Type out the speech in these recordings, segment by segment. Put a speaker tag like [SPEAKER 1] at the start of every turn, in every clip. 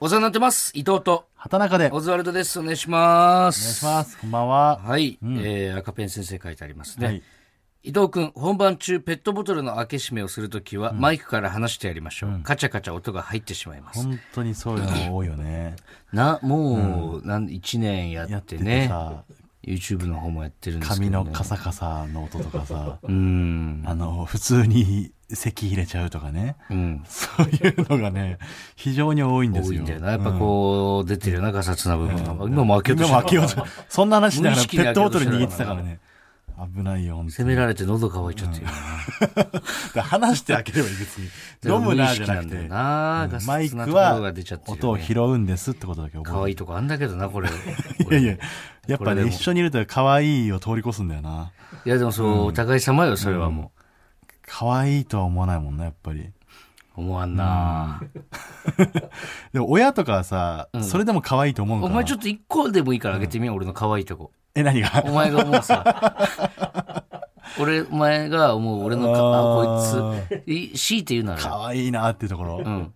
[SPEAKER 1] お世話になってます。伊藤と、
[SPEAKER 2] 畑中で。お願
[SPEAKER 1] オズワルドです。お願いしま
[SPEAKER 2] いし
[SPEAKER 1] す。
[SPEAKER 2] ます。こんばんは。
[SPEAKER 1] はい、えー赤ペン先生書いてありますね。
[SPEAKER 2] はい
[SPEAKER 1] 伊藤君、本番中、ペットボトルの開け閉めをするときは、マイクから離してやりましょう。カチャカチャ音が入ってしまいます。
[SPEAKER 2] 本当にそういうの多いよね。
[SPEAKER 1] な、もう、なん、1年や
[SPEAKER 2] や
[SPEAKER 1] っ
[SPEAKER 2] って
[SPEAKER 1] て
[SPEAKER 2] て
[SPEAKER 1] ね。
[SPEAKER 2] さ、
[SPEAKER 1] YouTube の方もやってるんですけ
[SPEAKER 2] 髪
[SPEAKER 1] ど、ね。
[SPEAKER 2] のカサカサの音とかさ、
[SPEAKER 1] うん。
[SPEAKER 2] あの、普通に咳入れちゃうとかね。
[SPEAKER 1] うん。
[SPEAKER 2] そういうのがね、非常に多いんです
[SPEAKER 1] 多
[SPEAKER 2] よ。
[SPEAKER 1] いんだよな。やっぱこう、出てるよな、ガサツな部分が。今も開けようとし
[SPEAKER 2] 今も
[SPEAKER 1] た
[SPEAKER 2] 開けようとそんな話しな
[SPEAKER 1] 無意
[SPEAKER 2] がら
[SPEAKER 1] 識
[SPEAKER 2] ペ
[SPEAKER 1] に開け
[SPEAKER 2] ット
[SPEAKER 1] よ
[SPEAKER 2] ボ
[SPEAKER 1] うと
[SPEAKER 2] ト
[SPEAKER 1] し
[SPEAKER 2] ル
[SPEAKER 1] てる
[SPEAKER 2] 握ってたからね。危ないよ。本 当
[SPEAKER 1] 責
[SPEAKER 2] に
[SPEAKER 1] められて喉乾いちゃってるよな。
[SPEAKER 2] で話して開ければいい別に。飲むなじゃなく
[SPEAKER 1] 無意識ん
[SPEAKER 2] て
[SPEAKER 1] だ。よなガ
[SPEAKER 2] マイ
[SPEAKER 1] ス
[SPEAKER 2] ク
[SPEAKER 1] なところ
[SPEAKER 2] は
[SPEAKER 1] が出ちゃってる
[SPEAKER 2] 音
[SPEAKER 1] よ
[SPEAKER 2] を
[SPEAKER 1] ね
[SPEAKER 2] 拾うんですってことだけ覚えて
[SPEAKER 1] 可愛いとこあんだけどな、これ。
[SPEAKER 2] いやいや、やっ
[SPEAKER 1] これで
[SPEAKER 2] ぱ
[SPEAKER 1] も
[SPEAKER 2] ね、一緒にいると可愛いを通り越すんだよな。
[SPEAKER 1] いや、でもそう、お互い様よ、それはも
[SPEAKER 2] 可愛いとは思わないもんな、やっぱり。
[SPEAKER 1] う。思わんな
[SPEAKER 2] でも親とかはさ、それでも可愛いと思うの
[SPEAKER 1] お
[SPEAKER 2] かな。
[SPEAKER 1] 前ちょっと一個でもいいからあげてみよう、俺の可愛いとこ。
[SPEAKER 2] え、何が
[SPEAKER 1] お前が思うさ。 俺、お前が思う、俺のか、あ、
[SPEAKER 2] あー
[SPEAKER 1] こいつ。い強いて言うなら。
[SPEAKER 2] 可愛いなっていうところ。
[SPEAKER 1] うん。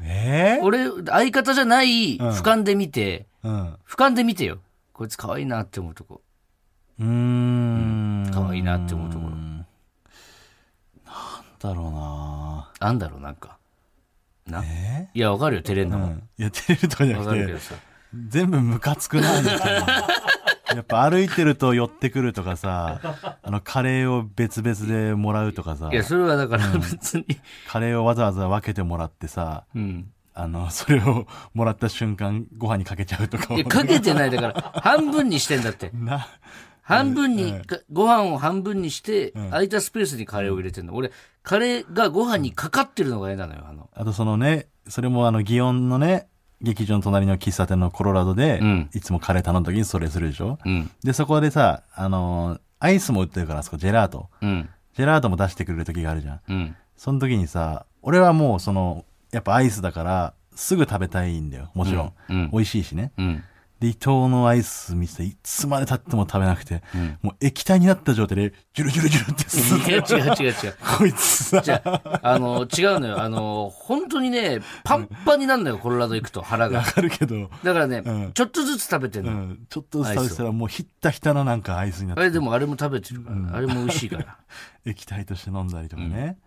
[SPEAKER 2] えー
[SPEAKER 1] 俺、相方じゃない、俯瞰で見て、
[SPEAKER 2] うん。
[SPEAKER 1] 俯瞰で見てよ。こいつ可愛いなって思うとこ。
[SPEAKER 2] うーん。
[SPEAKER 1] 可愛いなって思うところ。
[SPEAKER 2] だろうな
[SPEAKER 1] あんだろう、なんか。な。
[SPEAKER 2] え
[SPEAKER 1] いや、わかるよ、照れんの
[SPEAKER 2] う
[SPEAKER 1] も。
[SPEAKER 2] ん。いや、照れるとかじゃ
[SPEAKER 1] わ
[SPEAKER 2] な
[SPEAKER 1] かるけ
[SPEAKER 2] く
[SPEAKER 1] ど
[SPEAKER 2] て、
[SPEAKER 1] さ。
[SPEAKER 2] 全部ムカつくな、みた いな。やっぱ歩いてると寄ってくると かさ、あの、カレーを別々でもらうとかさ
[SPEAKER 1] い、や、それはだから別に。
[SPEAKER 2] カレーをわざわざ分けてもらってさ、
[SPEAKER 1] うん。
[SPEAKER 2] あの、 それをもらった瞬間、ご飯にかけちゃうとか
[SPEAKER 1] いや、かけてない。だから、半分にしてんだって。
[SPEAKER 2] な、
[SPEAKER 1] 半分に、かご飯を半分にして、
[SPEAKER 2] ん
[SPEAKER 1] 空いたスペースにカレーを入れてんの。俺、カレーがご飯にかかってるのが嫌なのよ、あの。
[SPEAKER 2] あとそのね、それもあの、祇園のね、劇場の隣の喫茶店のコロラドで、
[SPEAKER 1] うん
[SPEAKER 2] いつもカレー頼むときにそれするでしょ、
[SPEAKER 1] うん。
[SPEAKER 2] で、そこでさ、あのーアイスも売ってるから、あそこジェラート。
[SPEAKER 1] うん。
[SPEAKER 2] ジェラートも出してくれる時があるじゃん。
[SPEAKER 1] うん。
[SPEAKER 2] その時にさ、俺はもうその、やっぱアイスだから、すぐ食べたいんだよ。もちろん。
[SPEAKER 1] うんうん
[SPEAKER 2] 美味しいしね。
[SPEAKER 1] うん。
[SPEAKER 2] で、伊藤のアイス見てて、いつまで経っても食べなくて、
[SPEAKER 1] ん
[SPEAKER 2] もう液体になった状態で、ジュルジュルジュルってす
[SPEAKER 1] いや、違う違う違う。
[SPEAKER 2] こいつさ、
[SPEAKER 1] じゃあ、あの、違うのよ。あの、本当にね、パンパンになるのよ、コロラド行くと、腹
[SPEAKER 2] わ
[SPEAKER 1] が。
[SPEAKER 2] かるけど、
[SPEAKER 1] だからね、
[SPEAKER 2] うん
[SPEAKER 1] ちょっとずつ食べてん
[SPEAKER 2] う
[SPEAKER 1] の。
[SPEAKER 2] ん、ちょっとずつ食べてたらもうひったひたななんかアイスになっ
[SPEAKER 1] あ
[SPEAKER 2] て、
[SPEAKER 1] れ、でもあれも食べてるから、あれも美味しいから。
[SPEAKER 2] 液体として飲んだりとかね。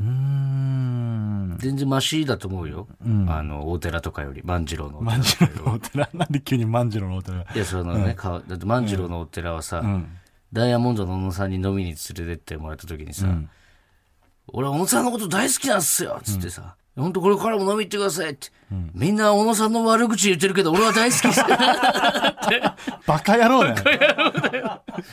[SPEAKER 2] うーん。
[SPEAKER 1] 全然マシだと思うよ。あの、大寺とかより、万次郎のお寺
[SPEAKER 2] 万次郎のお寺、なんで急に万次郎のお寺。
[SPEAKER 1] いや、そのね、かだって万次郎のお寺はさ、ダイヤモンドの小野さんに飲みに連れてってもらった時にさ、俺、小野さんのこと大好きなんすよつってさ、ほん、本当これからも飲み行ってくださいって、みんな小野さんの悪口言ってるけど、俺は大好きです
[SPEAKER 2] バカ野郎だよ。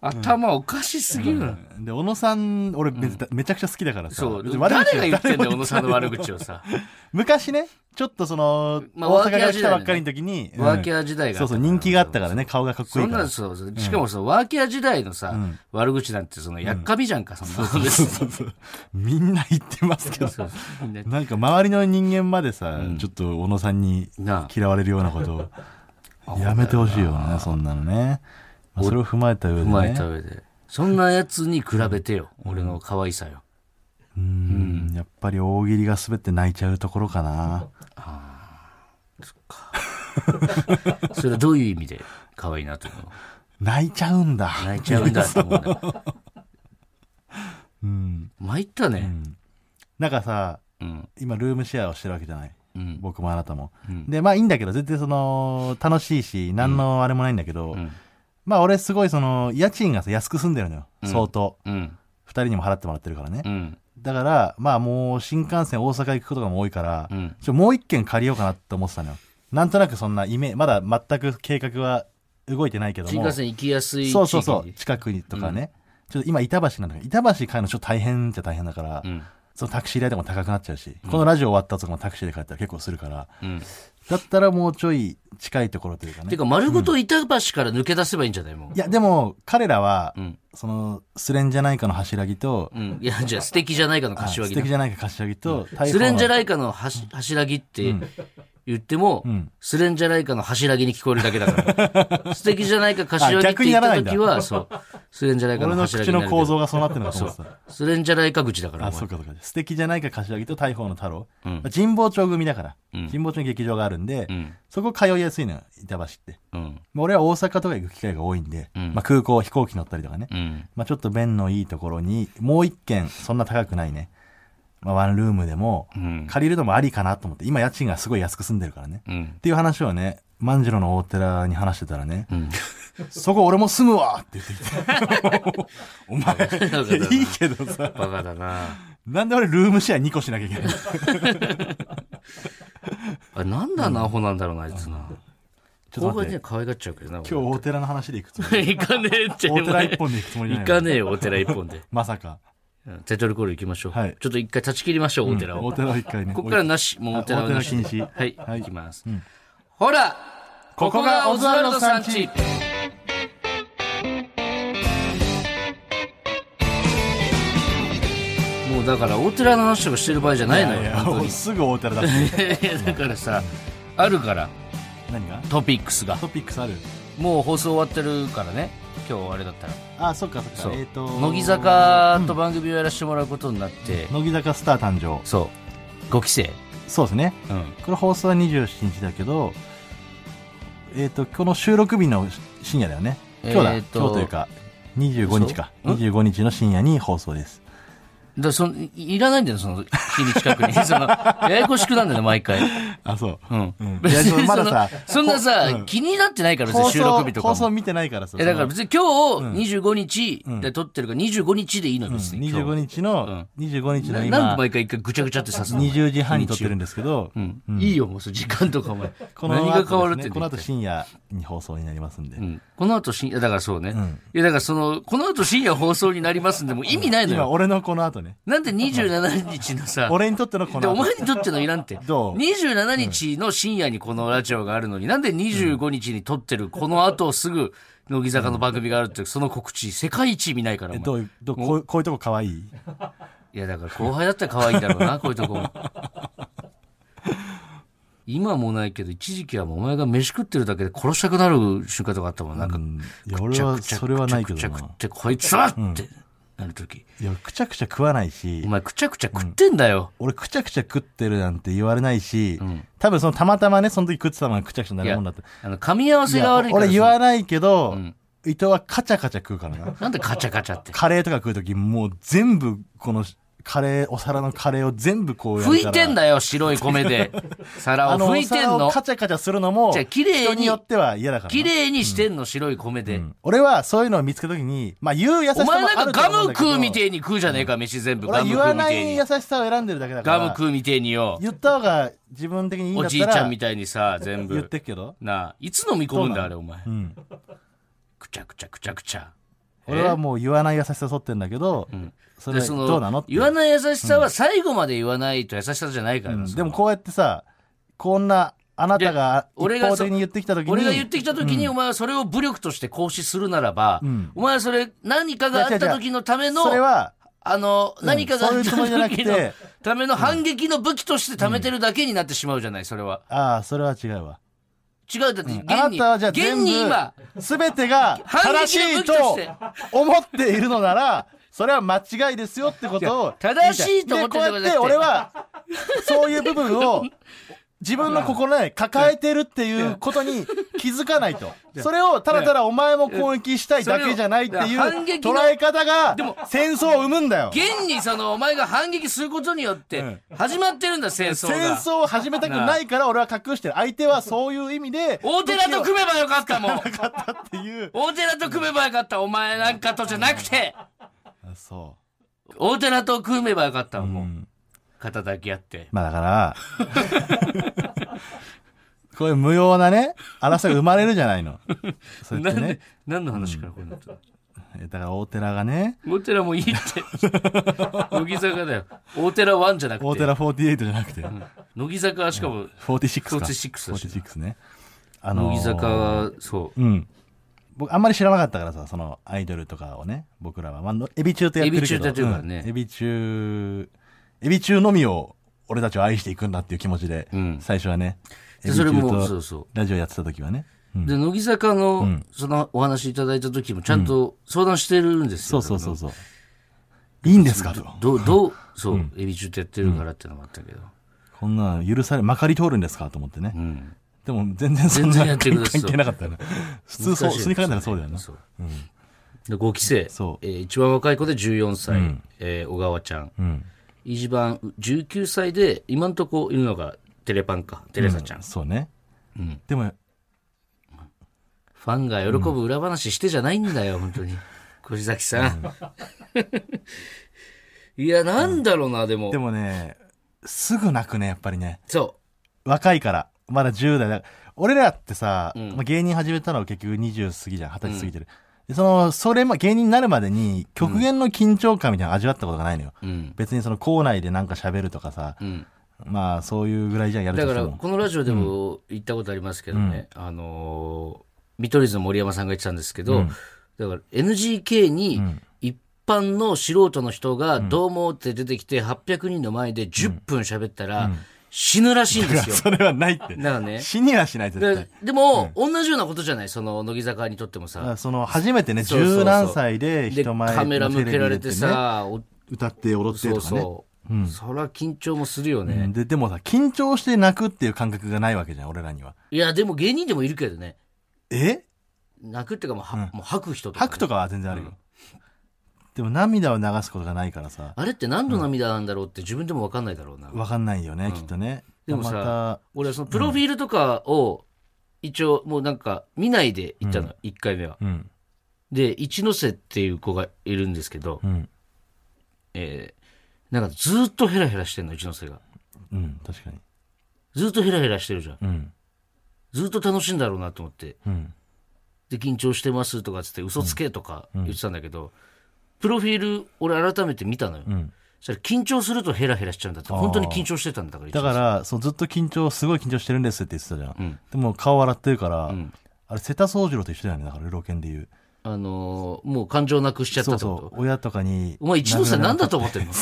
[SPEAKER 1] 頭おかしすぎるな。
[SPEAKER 2] で、小野さん、俺め,、めちゃくちゃ好きだからさ。
[SPEAKER 1] そう。
[SPEAKER 2] 別に
[SPEAKER 1] 誰
[SPEAKER 2] 悪口
[SPEAKER 1] が
[SPEAKER 2] は
[SPEAKER 1] 言ってんだよ、小
[SPEAKER 2] 誰も
[SPEAKER 1] 野さんの悪口を さ。
[SPEAKER 2] 昔ね、ちょっとその、
[SPEAKER 1] まあ
[SPEAKER 2] 大
[SPEAKER 1] ワーキャ
[SPEAKER 2] 阪
[SPEAKER 1] ー
[SPEAKER 2] から来たばっかりの時に、うん
[SPEAKER 1] ワーキャー時代があ
[SPEAKER 2] そ
[SPEAKER 1] った
[SPEAKER 2] うそ
[SPEAKER 1] か
[SPEAKER 2] う、
[SPEAKER 1] ら
[SPEAKER 2] 人気があったからね、顔がかっこい
[SPEAKER 1] そ
[SPEAKER 2] い
[SPEAKER 1] ん
[SPEAKER 2] か
[SPEAKER 1] な
[SPEAKER 2] ら
[SPEAKER 1] ん。そうそう。しかもそのワーキャー時代のさ、悪口なんてそのやっかみじゃんか、そんなの別に。
[SPEAKER 2] そうそうみんな言ってますけど。
[SPEAKER 1] そうそうみんな
[SPEAKER 2] なんか周りの人間までさ、ちょっと小野さんに
[SPEAKER 1] なあ
[SPEAKER 2] 嫌われるようなことをやめてほしいよね、そんなのね。まあそれを踏まえた上で
[SPEAKER 1] 踏まえた
[SPEAKER 2] ね。
[SPEAKER 1] 上で。そんなやつに比べてよ、俺の可愛さよ。
[SPEAKER 2] うんやっぱり大喜利が滑って泣いちゃうところかな。
[SPEAKER 1] それはどういう意味で可愛いなと思う
[SPEAKER 2] 泣いちゃうんだ。
[SPEAKER 1] 泣いちゃうんだと思うん だ。
[SPEAKER 2] うん。
[SPEAKER 1] 参った
[SPEAKER 2] う
[SPEAKER 1] ね。
[SPEAKER 2] んなんかさ、
[SPEAKER 1] うん。
[SPEAKER 2] 今ルームシェアをしてるわけじゃない。
[SPEAKER 1] うん。
[SPEAKER 2] 僕もあなたも。
[SPEAKER 1] うん
[SPEAKER 2] で、まあいいんだけど、全然その、楽しいし、何のあれもないんだけど、
[SPEAKER 1] うん。
[SPEAKER 2] まあ俺すごいその、家賃がさ、安く住んでるのよ。相当。
[SPEAKER 1] うん。
[SPEAKER 2] 二人にも払ってもらってるからね
[SPEAKER 1] う。ん。
[SPEAKER 2] だから、まあもう新幹線大阪行くことがもう多いから、
[SPEAKER 1] うん
[SPEAKER 2] ちょもう一軒借りようかなって思ってたのよ。なんとなくそんなイメージ、まだ全く計画は動いてないけども。
[SPEAKER 1] 新幹線行きやすい地域に。
[SPEAKER 2] そうそうそう、近くにとかね。ちょっと今板橋なんだけど、板橋帰るのちょっと大変っちゃ大変だから、
[SPEAKER 1] うん。
[SPEAKER 2] そのタクシー代とかも高くなっちゃうし、このラジオ終わった後とかもタクシーで帰ったら結構するから、
[SPEAKER 1] うん。
[SPEAKER 2] だったらもうちょい近いところというかね。
[SPEAKER 1] てか、丸ごと板橋から抜け出せばいいんじゃないもう
[SPEAKER 2] い。や、でも彼らは、
[SPEAKER 1] うん。
[SPEAKER 2] その、スレンじゃないかの柱木と、
[SPEAKER 1] うん。いや、じゃあ、素敵じゃないかの
[SPEAKER 2] あ
[SPEAKER 1] 柏
[SPEAKER 2] 素
[SPEAKER 1] 木
[SPEAKER 2] 敵
[SPEAKER 1] な。
[SPEAKER 2] じゃないか柏木と、大砲の
[SPEAKER 1] スレンじゃないかのはし柱木って言っても、
[SPEAKER 2] ん
[SPEAKER 1] スレンじ ゃないかの柱木に聞こえるだけだから。素敵じゃないか柏木って言った時は、そう。スレンジャライカ
[SPEAKER 2] 俺
[SPEAKER 1] の
[SPEAKER 2] の
[SPEAKER 1] 柱に
[SPEAKER 2] 口
[SPEAKER 1] なる
[SPEAKER 2] の
[SPEAKER 1] けど
[SPEAKER 2] 構造がそうなってるのかと 思ってた。
[SPEAKER 1] スレンジャライカ口だから
[SPEAKER 2] あ、
[SPEAKER 1] お前
[SPEAKER 2] そうかそうか。素敵じゃないか柏木と大砲の太郎。
[SPEAKER 1] うん
[SPEAKER 2] 神保町組だから。
[SPEAKER 1] うん
[SPEAKER 2] 神保町に劇場があるんで、
[SPEAKER 1] うん
[SPEAKER 2] そこ通いやすいのよ、板橋って。
[SPEAKER 1] うん
[SPEAKER 2] まあ俺は大阪とか行く機会が多いんで、
[SPEAKER 1] うん
[SPEAKER 2] まあ空港、飛行機乗ったりとかね。
[SPEAKER 1] うん
[SPEAKER 2] まあちょっと便のいいところに、もう一軒、そんな高くないね。まあワンルームでも、
[SPEAKER 1] うん
[SPEAKER 2] 借りるのもありかなと思って、今家賃がすごい安く住んでるからね。
[SPEAKER 1] うん
[SPEAKER 2] っていう話をね、万次郎の大寺に話してたらね、
[SPEAKER 1] うん
[SPEAKER 2] そこ俺も住むわって言ってきて。 お前、いやいいけどさ、
[SPEAKER 1] バカだな
[SPEAKER 2] なんで俺ルームシェア2個しなきゃいけないの
[SPEAKER 1] あれなんであんなアホなんだろうなあいつな
[SPEAKER 2] ちょ
[SPEAKER 1] 後
[SPEAKER 2] っと待
[SPEAKER 1] 輩
[SPEAKER 2] っ
[SPEAKER 1] に
[SPEAKER 2] て
[SPEAKER 1] は、可愛がっちゃうけどな
[SPEAKER 2] 今日大
[SPEAKER 1] 俺
[SPEAKER 2] 寺の話で行くつもり。
[SPEAKER 1] 行かねえって
[SPEAKER 2] 大寺一本で行くつもり
[SPEAKER 1] 行
[SPEAKER 2] じゃない
[SPEAKER 1] か
[SPEAKER 2] の
[SPEAKER 1] ねえよお寺一本で
[SPEAKER 2] まさか。
[SPEAKER 1] うんタイトルコール行きましょう
[SPEAKER 2] はい
[SPEAKER 1] ちょっと一回断ち切りましょうお寺
[SPEAKER 2] 大
[SPEAKER 1] を
[SPEAKER 2] 寺を一回ね。
[SPEAKER 1] ここからなしもうお寺はなし
[SPEAKER 2] あお寺禁止
[SPEAKER 1] はい
[SPEAKER 2] はい
[SPEAKER 1] 行きます
[SPEAKER 2] うん
[SPEAKER 1] ほらこ
[SPEAKER 2] こ
[SPEAKER 1] こ
[SPEAKER 2] こ
[SPEAKER 1] が
[SPEAKER 2] が
[SPEAKER 1] オ
[SPEAKER 2] オ
[SPEAKER 1] ズ
[SPEAKER 2] ズ
[SPEAKER 1] ワ
[SPEAKER 2] ワ
[SPEAKER 1] ル
[SPEAKER 2] ル
[SPEAKER 1] ド
[SPEAKER 2] ド
[SPEAKER 1] さ
[SPEAKER 2] さ
[SPEAKER 1] ん
[SPEAKER 2] ん
[SPEAKER 1] ち
[SPEAKER 2] ち
[SPEAKER 1] もうだからお寺の話をしてる場合じゃないのよ
[SPEAKER 2] いや
[SPEAKER 1] 本当に
[SPEAKER 2] すぐ大寺だって。
[SPEAKER 1] いやだからさあるから
[SPEAKER 2] 何が
[SPEAKER 1] トピックスが
[SPEAKER 2] トピックスある
[SPEAKER 1] もう放送終わってるからね今日あれだったら
[SPEAKER 2] あ、そっかそっか。
[SPEAKER 1] そう
[SPEAKER 2] えっと、
[SPEAKER 1] 乃木坂と番組をやらせてもらうことになって、
[SPEAKER 2] うん。乃木坂スター誕生。
[SPEAKER 1] そう5期生
[SPEAKER 2] そうですね。
[SPEAKER 1] うん
[SPEAKER 2] これ放送は27日だけど、えっ、と、この収録日の深夜だよね。今日だ。
[SPEAKER 1] えーと
[SPEAKER 2] 今日というか、25日か。
[SPEAKER 1] そう
[SPEAKER 2] 25日の深夜に放送です。
[SPEAKER 1] だそのいいらないんだよその日に近く にそのややこしくなんだよね毎回
[SPEAKER 2] あ、そう。
[SPEAKER 1] うん、
[SPEAKER 2] うん
[SPEAKER 1] 別
[SPEAKER 2] いやで
[SPEAKER 1] に
[SPEAKER 2] も
[SPEAKER 1] そ
[SPEAKER 2] ま
[SPEAKER 1] の
[SPEAKER 2] ださ
[SPEAKER 1] そんなさ、
[SPEAKER 2] うん
[SPEAKER 1] 気になってないから別
[SPEAKER 2] 放
[SPEAKER 1] に
[SPEAKER 2] 送
[SPEAKER 1] 収録日とか
[SPEAKER 2] 放送
[SPEAKER 1] も
[SPEAKER 2] 見てないからさ。
[SPEAKER 1] えだから
[SPEAKER 2] その
[SPEAKER 1] 別に今日25日で撮ってるから25日でいいの別に、今
[SPEAKER 2] 25
[SPEAKER 1] 日
[SPEAKER 2] 日の、25日の
[SPEAKER 1] ななん
[SPEAKER 2] 今
[SPEAKER 1] で、毎回一回ぐちゃぐちゃってさすの
[SPEAKER 2] 20時半に撮ってるんですけど、
[SPEAKER 1] うんいいよもうその時間とかお前
[SPEAKER 2] この後
[SPEAKER 1] 何が変わるって
[SPEAKER 2] ですね
[SPEAKER 1] ん
[SPEAKER 2] こ
[SPEAKER 1] だ
[SPEAKER 2] の
[SPEAKER 1] よ
[SPEAKER 2] 後深夜に放送になりますんで。
[SPEAKER 1] うんこの後深夜、だからそうね。
[SPEAKER 2] ん
[SPEAKER 1] いや、だからその、この後深夜放送になりますんで、もう意味ないの
[SPEAKER 2] 今、
[SPEAKER 1] よ。
[SPEAKER 2] 俺のこの後ね。
[SPEAKER 1] なんで27日のさ、
[SPEAKER 2] 俺にとってのこ
[SPEAKER 1] で、
[SPEAKER 2] の
[SPEAKER 1] お
[SPEAKER 2] 後。
[SPEAKER 1] 前にとってのいらんって。
[SPEAKER 2] どう
[SPEAKER 1] 27日の深夜にこのラジオがあるのに、なんで25日に撮ってる、この後すぐ、乃木坂の番組があるって、その告知、世界一意味ないから、お
[SPEAKER 2] え
[SPEAKER 1] 前
[SPEAKER 2] どういう、どうこうこういうとこ可愛い
[SPEAKER 1] いや、だから後輩だったら可愛いんだろうな、こういうとこも。今もないけど、一時期はもうお前が飯食ってるだけで殺したくなる瞬間とかあったもん。なんか
[SPEAKER 2] う、んいや、俺はそれはないけ
[SPEAKER 1] くちゃ
[SPEAKER 2] ど
[SPEAKER 1] くちゃ
[SPEAKER 2] な
[SPEAKER 1] 食っ。てこいつはってなるとき、
[SPEAKER 2] いや、くちゃくちゃ食わないし
[SPEAKER 1] お、前くちゃくちゃ食ってんだよ、
[SPEAKER 2] 俺くちゃくちゃ食ってるなんて言われないし、多分そのたまたまね、その時食ってたのがくちゃくちゃないる
[SPEAKER 1] や
[SPEAKER 2] もんだって。
[SPEAKER 1] あの噛み合わせが悪いから
[SPEAKER 2] 俺
[SPEAKER 1] さ
[SPEAKER 2] 言わないけど、
[SPEAKER 1] ん
[SPEAKER 2] 伊藤はカチャカチャ食うからな。
[SPEAKER 1] なんでカチャカチャって
[SPEAKER 2] カレーとか食う時もう全部このカレー、お皿のカレーを全部こうやる
[SPEAKER 1] 拭
[SPEAKER 2] から。
[SPEAKER 1] いてん
[SPEAKER 2] だ
[SPEAKER 1] だよ白い米で皿
[SPEAKER 2] あ
[SPEAKER 1] を
[SPEAKER 2] の、
[SPEAKER 1] 拭いてん
[SPEAKER 2] お皿
[SPEAKER 1] の
[SPEAKER 2] をカチャカチャするのも、
[SPEAKER 1] じゃあ綺麗に
[SPEAKER 2] 人によっては嫌だからな。
[SPEAKER 1] 綺麗にしてんの白い米で、
[SPEAKER 2] うん俺はそういうのを見つけた時に、まあ言う優しさ
[SPEAKER 1] お
[SPEAKER 2] もあ
[SPEAKER 1] 前
[SPEAKER 2] ると
[SPEAKER 1] な
[SPEAKER 2] 思うんんだけど。
[SPEAKER 1] かガム食うみてえに食うじゃねえか、飯全部ガ
[SPEAKER 2] 俺は
[SPEAKER 1] ム
[SPEAKER 2] 言
[SPEAKER 1] 食う
[SPEAKER 2] わ
[SPEAKER 1] み
[SPEAKER 2] な
[SPEAKER 1] てえ
[SPEAKER 2] い
[SPEAKER 1] に
[SPEAKER 2] 優しさを選んでるだけだから。
[SPEAKER 1] ガム食うみてえによ
[SPEAKER 2] 言った方が自分的にいいんだ
[SPEAKER 1] お
[SPEAKER 2] った
[SPEAKER 1] じ
[SPEAKER 2] ら
[SPEAKER 1] いちゃんみたいにさ全
[SPEAKER 2] 言っ
[SPEAKER 1] 部
[SPEAKER 2] てっけど、
[SPEAKER 1] なあいつ飲み込むんだあれお前
[SPEAKER 2] うん、
[SPEAKER 1] くちゃくちゃくちゃくちゃ
[SPEAKER 2] 俺はもう言わない優しさを取ってんだけど、それ
[SPEAKER 1] でその
[SPEAKER 2] どうなのって
[SPEAKER 1] 言わない優しさは最後まで言わないと優しさじゃないからな、
[SPEAKER 2] うん
[SPEAKER 1] そ
[SPEAKER 2] で
[SPEAKER 1] の
[SPEAKER 2] もこうやってさこんなあなたが
[SPEAKER 1] で
[SPEAKER 2] 一
[SPEAKER 1] 俺が
[SPEAKER 2] 方
[SPEAKER 1] そ
[SPEAKER 2] 的に言ってきた時に
[SPEAKER 1] 俺が言ってきた時に、お前はそれを武力として行使するならば、
[SPEAKER 2] ん
[SPEAKER 1] お前はそれ何かがあっ
[SPEAKER 2] いや
[SPEAKER 1] た
[SPEAKER 2] 違う違
[SPEAKER 1] 時のための
[SPEAKER 2] それは
[SPEAKER 1] あの、
[SPEAKER 2] ん
[SPEAKER 1] 何かがあった
[SPEAKER 2] そういうつもりじゃなく
[SPEAKER 1] 時
[SPEAKER 2] て
[SPEAKER 1] のための反撃の武器として貯めてるだけになってしまうじゃないそれは
[SPEAKER 2] ああそれは違うわ
[SPEAKER 1] 違うだって現
[SPEAKER 2] あ
[SPEAKER 1] に、
[SPEAKER 2] なたはじゃあ
[SPEAKER 1] 現
[SPEAKER 2] 全部
[SPEAKER 1] に今
[SPEAKER 2] 全てが正しいと思っているのならそれは間違いですよってことを
[SPEAKER 1] 正しいと思ってる
[SPEAKER 2] で
[SPEAKER 1] とか
[SPEAKER 2] こ
[SPEAKER 1] じゃな
[SPEAKER 2] うやっ
[SPEAKER 1] くて
[SPEAKER 2] て俺はそういう部分を自分の心で抱えてるっていうことに気づかないと。それをただただお前も攻撃したいだけじゃないっていう
[SPEAKER 1] 反撃の
[SPEAKER 2] 捉え方が
[SPEAKER 1] でも
[SPEAKER 2] 戦争を生むんだよ。
[SPEAKER 1] 現にそのお前が反撃することによっ
[SPEAKER 2] う
[SPEAKER 1] て
[SPEAKER 2] ん
[SPEAKER 1] 始まってるんだ戦争
[SPEAKER 2] 戦
[SPEAKER 1] が
[SPEAKER 2] 争を始めたくないから俺は隠してる。相手はそういう意味で。
[SPEAKER 1] 大寺と組めばよかったもん
[SPEAKER 2] かったっていう。
[SPEAKER 1] 大寺と組めばよかったお前なんかとじゃなくて
[SPEAKER 2] あそ
[SPEAKER 1] 大寺と組めばよかったわ
[SPEAKER 2] う。う
[SPEAKER 1] もう、
[SPEAKER 2] ん
[SPEAKER 1] 肩抱き合って
[SPEAKER 2] まあだから、 こういう無用なね、争いが生まれるじゃないの。そうや
[SPEAKER 1] な
[SPEAKER 2] っ
[SPEAKER 1] ん
[SPEAKER 2] て
[SPEAKER 1] で、
[SPEAKER 2] ね。
[SPEAKER 1] 何の話からこうなったの
[SPEAKER 2] だから大寺がね、
[SPEAKER 1] 大寺もういいっ て乃木坂だよ大寺1じゃなくて
[SPEAKER 2] 大寺48じゃなくて、
[SPEAKER 1] 乃木坂はしかも
[SPEAKER 2] 46か。
[SPEAKER 1] 46だし
[SPEAKER 2] 46ね。あのー
[SPEAKER 1] 乃木坂はそう
[SPEAKER 2] うん。僕、あんまり知らなかったからさ、その、アイドルとかをね、僕らは。まあの、エビ中とやってるけど。
[SPEAKER 1] エビ中とやってるからね
[SPEAKER 2] うんエビ中、エビ中のみを、俺たちを愛していくんだっていう気持ちで、
[SPEAKER 1] うん
[SPEAKER 2] 最初はね、エ
[SPEAKER 1] で
[SPEAKER 2] ビ
[SPEAKER 1] それ
[SPEAKER 2] 中
[SPEAKER 1] もそう
[SPEAKER 2] と
[SPEAKER 1] そう
[SPEAKER 2] ラジオやってた時はね。
[SPEAKER 1] で、乃木坂の、そのお話いただいた時も、ちゃんと相談してるんです
[SPEAKER 2] そ
[SPEAKER 1] よ。
[SPEAKER 2] うそうそうそう。いいんですかと。
[SPEAKER 1] ど う、どう、そう、エビ中ってやってるからってのもあったけど。
[SPEAKER 2] こんなの許され、まかり通るんですかと思ってね。
[SPEAKER 1] うん。
[SPEAKER 2] でも全然そん
[SPEAKER 1] 全
[SPEAKER 2] な
[SPEAKER 1] 然やってください
[SPEAKER 2] 関係なかったよな。普通そう、
[SPEAKER 1] 難しいです
[SPEAKER 2] 普通に考えたらそうだよな。
[SPEAKER 1] そう。で5期生、え
[SPEAKER 2] そう
[SPEAKER 1] ー一番若い子で14歳、
[SPEAKER 2] ん
[SPEAKER 1] えー小川ちゃん。
[SPEAKER 2] うん。
[SPEAKER 1] 一番19歳で、今んとこいるのがテレパンか、テレサちゃん。
[SPEAKER 2] う
[SPEAKER 1] フ
[SPEAKER 2] そうね。
[SPEAKER 1] うん
[SPEAKER 2] でも、
[SPEAKER 1] ァンが喜ぶ裏話してじゃないんだよ、本当に。小崎さん。 いや、なんだろうな、でも。
[SPEAKER 2] でもね、すぐ泣くね、やっぱりね。
[SPEAKER 1] そ
[SPEAKER 2] 若いから。まだ10代だ俺らってさ、
[SPEAKER 1] うん
[SPEAKER 2] まあ、芸人始めたのは結局20過ぎじゃん、20歳過ぎてる。でその、それ、まあ、芸人になるまでに極限の緊張感みたいなの味わったことがないのよ。
[SPEAKER 1] う。うん。
[SPEAKER 2] 別にその校内でなんか喋るとかさ、
[SPEAKER 1] うん。
[SPEAKER 2] まあそういうぐらいじゃんやる
[SPEAKER 1] だ
[SPEAKER 2] と
[SPEAKER 1] か
[SPEAKER 2] して
[SPEAKER 1] ら、
[SPEAKER 2] も。
[SPEAKER 1] このラジオでも言ったことありますけどね、あのー見取り図の森山さんが言ってたんですけど、
[SPEAKER 2] うん
[SPEAKER 1] だから NGK に
[SPEAKER 2] ん
[SPEAKER 1] 一般の素人の人がどうもって出てきて800人の前で10分喋ったら死ぬらしいんですよ。
[SPEAKER 2] それはないって。
[SPEAKER 1] だからね。
[SPEAKER 2] 死にはしない、絶
[SPEAKER 1] で
[SPEAKER 2] 対。
[SPEAKER 1] でも、同じようなことじゃないその、乃木坂にとっても
[SPEAKER 2] だ
[SPEAKER 1] さ
[SPEAKER 2] から。その、初めてね、
[SPEAKER 1] そうそうそう
[SPEAKER 2] 十何歳で
[SPEAKER 1] で、
[SPEAKER 2] 人前
[SPEAKER 1] カメラ向けられて
[SPEAKER 2] テレビ出ね、
[SPEAKER 1] さ、お
[SPEAKER 2] 歌って踊って
[SPEAKER 1] そ
[SPEAKER 2] と
[SPEAKER 1] う
[SPEAKER 2] かね。
[SPEAKER 1] そう。そりゃ緊張もするよね。
[SPEAKER 2] うんで、でもさ、緊張して泣くっていう感覚がないわけじゃん、俺らには。
[SPEAKER 1] いや、でも芸人でもいるけどね。
[SPEAKER 2] え
[SPEAKER 1] 泣くっていうかもうは、
[SPEAKER 2] うん
[SPEAKER 1] もう吐く人とかね、
[SPEAKER 2] 吐くとかは全然あるよ。でも涙を流すことがないからさ、
[SPEAKER 1] あれって何の涙なんだろうって自分でも分かんないだろうな。
[SPEAKER 2] わかんないよね、きっとね。
[SPEAKER 1] でもさ
[SPEAKER 2] ま
[SPEAKER 1] 俺はそのプロフィールとかを一応もうなんか見ないで行ったの、一1回目は。
[SPEAKER 2] た、うん、
[SPEAKER 1] で、一ノ瀬っていう子がいるんですけど、
[SPEAKER 2] うん、
[SPEAKER 1] えーなんかずっとヘラヘラしてんの、一ノ瀬が。
[SPEAKER 2] うん、確かに。
[SPEAKER 1] ずっとヘラヘラしてるじゃん。
[SPEAKER 2] うん、
[SPEAKER 1] ずっと楽しいんだろうなと思って。
[SPEAKER 2] うん、
[SPEAKER 1] で、緊張してますとかつって、嘘つけとか言ってたんだけど、プロフィール、俺改めて見たのよ。
[SPEAKER 2] うん。
[SPEAKER 1] そしたら緊張するとヘラヘラしちゃうんだって、本当に緊張してたんだから、
[SPEAKER 2] だから、そうずっと緊張、すごい緊張してるんですって言ってたじゃん。
[SPEAKER 1] うん
[SPEAKER 2] でも顔笑ってるから、
[SPEAKER 1] ん
[SPEAKER 2] あれ、瀬田宗次郎と一緒だよね、だから、老犬で言う。
[SPEAKER 1] あのーもう感情なくしちゃったっ
[SPEAKER 2] そう
[SPEAKER 1] てこと
[SPEAKER 2] そう、親とかに。
[SPEAKER 1] お前一ノ瀬なんだと思って
[SPEAKER 2] る
[SPEAKER 1] んの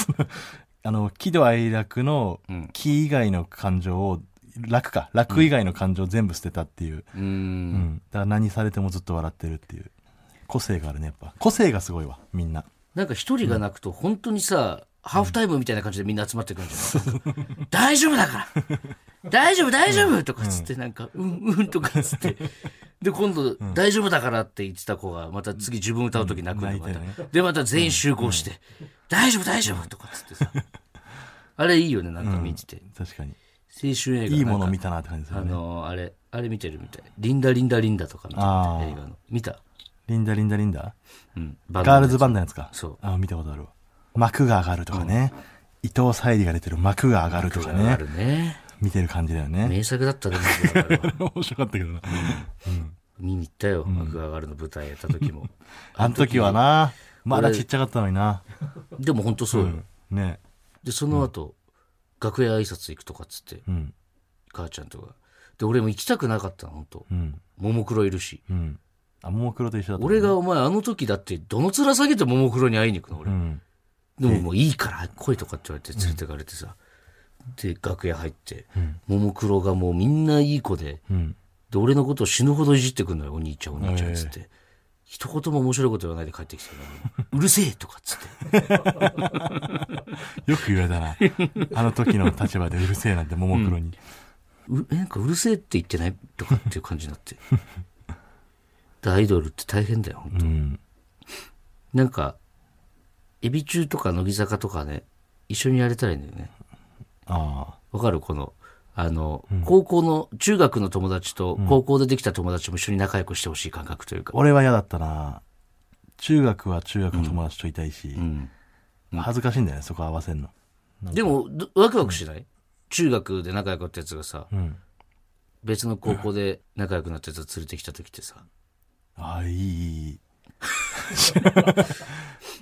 [SPEAKER 2] あの、喜怒哀楽の
[SPEAKER 1] うん、
[SPEAKER 2] 喜以外の感情を、楽か、楽以外の感情全部捨てたっていう。
[SPEAKER 1] うー
[SPEAKER 2] うん
[SPEAKER 1] ん。
[SPEAKER 2] だから何されてもずっと笑ってるっていう。個性があるね、やっぱ。個性がすごいわ、みんな。
[SPEAKER 1] なんか一人が泣くと本当にさ、ハーフタイムみたいな感じでみんな集まってくるんじゃない、大丈夫だから大丈夫大丈夫とかつってなんか、うん、うんとかつって。で、今度、大丈夫だからって言ってた子が、また次自分歌う時泣くのまた、
[SPEAKER 2] 泣いて
[SPEAKER 1] で、また全員集合して、大丈夫大丈夫とかつってさ。あれいいよね、なんか見てて。
[SPEAKER 2] 確かに。
[SPEAKER 1] 青春映画なんか
[SPEAKER 2] いいもの見たなって感じす
[SPEAKER 1] あ
[SPEAKER 2] るね。
[SPEAKER 1] のーあれ、あれ見てるみたい。リンダリンダリンダとか見てるみ
[SPEAKER 2] あ
[SPEAKER 1] た
[SPEAKER 2] ー
[SPEAKER 1] い映画の。見た
[SPEAKER 2] リンダリンダリンダ
[SPEAKER 1] うん。
[SPEAKER 2] ガールズバンドのやつか。
[SPEAKER 1] そう
[SPEAKER 2] あ、見たことあるわ。幕が上がるとかね。伊藤沙莉が出てる幕が上がるとか
[SPEAKER 1] あ
[SPEAKER 2] ね。
[SPEAKER 1] るね。
[SPEAKER 2] 見てる感じだよね。
[SPEAKER 1] 名作だったね、僕らは
[SPEAKER 2] 面白かったけどな。
[SPEAKER 1] 見に行ったよ、幕が上がるの舞台やった時も。
[SPEAKER 2] あの時はな、まだちっちゃかったのにな。
[SPEAKER 1] でも本当そうよ。
[SPEAKER 2] ね。
[SPEAKER 1] で、その後、楽屋挨拶行くとかっつって、
[SPEAKER 2] うん。
[SPEAKER 1] 母ちゃんとか。で、俺も行きたくなかったの、本当
[SPEAKER 2] うん。
[SPEAKER 1] ももクロいるし。
[SPEAKER 2] うん。あ、ももクロと一緒だった、
[SPEAKER 1] 俺。がお前あの時だって、どの面下げてももクロに会いに行くの、
[SPEAKER 2] う
[SPEAKER 1] 俺。
[SPEAKER 2] ん。
[SPEAKER 1] でももういいから来いとかって言われて連れてかれてさ。で、楽屋入って、ももクロがもうみんないい子で、
[SPEAKER 2] うん。
[SPEAKER 1] で、俺のことを死ぬほどいじってくんのよ、お兄ちゃん、お兄ちゃん、つって。一言も面白いこと言わないで帰ってきて、うるせえとかっつって。
[SPEAKER 2] よく言われたな。あの時の立場でうるせえなんて、ももクロに。
[SPEAKER 1] うえなんかうるせえって言ってないとかっていう感じにな って。でアイドルって大変だよ、本
[SPEAKER 2] うん。
[SPEAKER 1] 当なんか、エビ中とか乃木坂とかね、一緒にやれたらいいんだよね。
[SPEAKER 2] あ
[SPEAKER 1] わかるこの、あの、高校の、中学の友達と高校でできた友達も一緒に仲良くしてほしい感覚という
[SPEAKER 2] あ。
[SPEAKER 1] か。
[SPEAKER 2] 俺は嫌だったな。中学は中学の友達といたいし、
[SPEAKER 1] うん
[SPEAKER 2] 恥ずかしいんだよね、そこ合わせんの。
[SPEAKER 1] でも、どワクワクしない、中学で仲良かったやつがさ、
[SPEAKER 2] うん。
[SPEAKER 1] 別の高校で仲良くなったやつを連れてきた時ってさ、
[SPEAKER 2] ああ、いい、い い。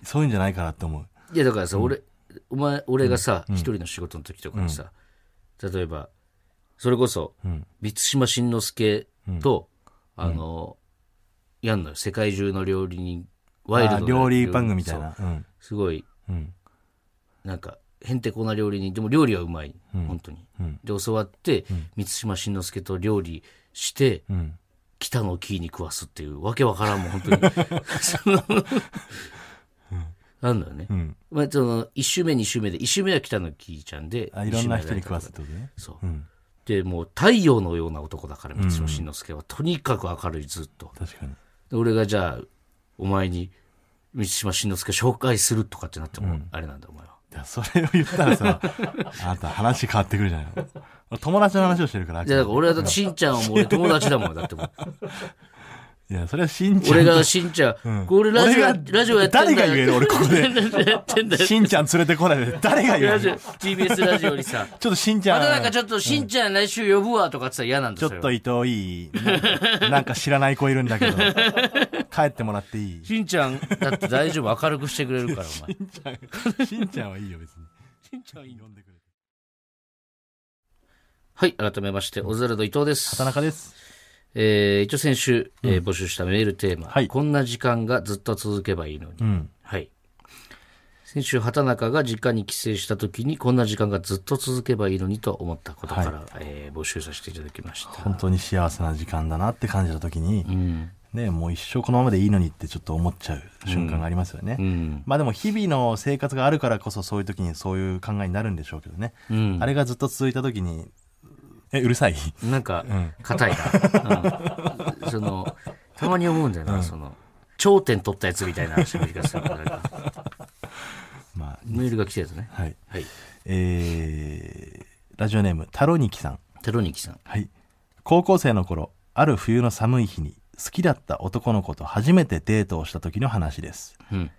[SPEAKER 2] そういうんじゃないかなって思う。
[SPEAKER 1] いやだからさ、俺お前俺がさ一、人の仕事の時とかにさ、例えばそれこそ
[SPEAKER 2] うん。
[SPEAKER 1] 満島真之介と、あの、やんのよ世界中の料理人ワイルド
[SPEAKER 2] あ
[SPEAKER 1] な
[SPEAKER 2] ー料理番組みたい
[SPEAKER 1] そう
[SPEAKER 2] な。うん。
[SPEAKER 1] すごい
[SPEAKER 2] うん。
[SPEAKER 1] なんかへんてこな料理人でも料理はうまい、本当に
[SPEAKER 2] うん。
[SPEAKER 1] で教わって、満島真之介と料理して
[SPEAKER 2] うん。
[SPEAKER 1] 北のキーに食わすっていうわけわからんもん本当に そのなんだよね、
[SPEAKER 2] うん。
[SPEAKER 1] まあ、その1周目2周目で1周目は北野キーちゃんで
[SPEAKER 2] あ、いろんな人に食わすってことね。
[SPEAKER 1] そう
[SPEAKER 2] うん。
[SPEAKER 1] でもう太陽のような男だから満島真之介は、とにかく明るいずっと
[SPEAKER 2] 確かに。
[SPEAKER 1] で俺がじゃあお前に満島真之介紹介するとかってなっても、あれなんだお前は
[SPEAKER 2] だからそれを言ったら さ、あなた話変わってくるじゃない俺友達の話をしてるから。
[SPEAKER 1] じゃあだから俺はだってしんちゃん はもう俺友達だもんだってもう
[SPEAKER 2] いや、それはしんちゃん。
[SPEAKER 1] 俺が、しんちゃん、これラジオや
[SPEAKER 2] 俺、が
[SPEAKER 1] ラジオやってんだよ。
[SPEAKER 2] 誰が言える俺 ここで
[SPEAKER 1] やってんだよ。
[SPEAKER 2] しんちゃん連れてこないで、誰が言
[SPEAKER 1] ラ
[SPEAKER 2] う
[SPEAKER 1] ジオ
[SPEAKER 2] のちょ
[SPEAKER 1] TBS ラジオにさ、
[SPEAKER 2] っとしんちゃ
[SPEAKER 1] ま
[SPEAKER 2] ん。
[SPEAKER 1] たなんかちょっとしんちゃん来週呼ぶわとかって言ったら嫌なんです
[SPEAKER 2] ちょ
[SPEAKER 1] よ。
[SPEAKER 2] っと伊藤いい。なんか知らない子いるんだけ ど。帰ってもらっていい。
[SPEAKER 1] しんちゃんだって大丈夫、明るくしてくれるから、お前。
[SPEAKER 2] しんちゃん、しんちゃんはいいよ別に。
[SPEAKER 1] しんちゃんいい
[SPEAKER 2] 呼んでくれて。
[SPEAKER 1] はい、改めまして、オズワルド伊藤です。
[SPEAKER 2] 田中です。
[SPEAKER 1] えー、一応先週、えー募集したメールテーマ、
[SPEAKER 2] はい
[SPEAKER 1] こんな時間がずっと続けばいいのに。
[SPEAKER 2] うん。
[SPEAKER 1] はい。先週、畑中が実家に帰省した時に、こんな時間がずっと続けばいいのにと思ったことから、
[SPEAKER 2] は
[SPEAKER 1] えー募集させていただきました。
[SPEAKER 2] 本当に幸せな時間だなって感じた時に、
[SPEAKER 1] うん。
[SPEAKER 2] ね、もう一生このままでいいのにってちょっと思っちゃう瞬間がありますよね。
[SPEAKER 1] うん。
[SPEAKER 2] まあでも日々の生活があるからこそそういう時にそういう考えになるんでしょうけどね。
[SPEAKER 1] うん
[SPEAKER 2] あ。れがずっと続いた時に、え、うるさい
[SPEAKER 1] なんか、硬いな、うんその、たまに思うんだよな、その、頂点取ったやつみたいな喋り方するからなんか
[SPEAKER 2] まあ、
[SPEAKER 1] メールが来たやつね。
[SPEAKER 2] はい。
[SPEAKER 1] はい。
[SPEAKER 2] えー、ラジオネーム、タロニキさん。
[SPEAKER 1] テロニキさん。
[SPEAKER 2] はい。高校生の頃、ある冬の寒い日に好きだった男の子と初めてデートをした時の話です。
[SPEAKER 1] うん。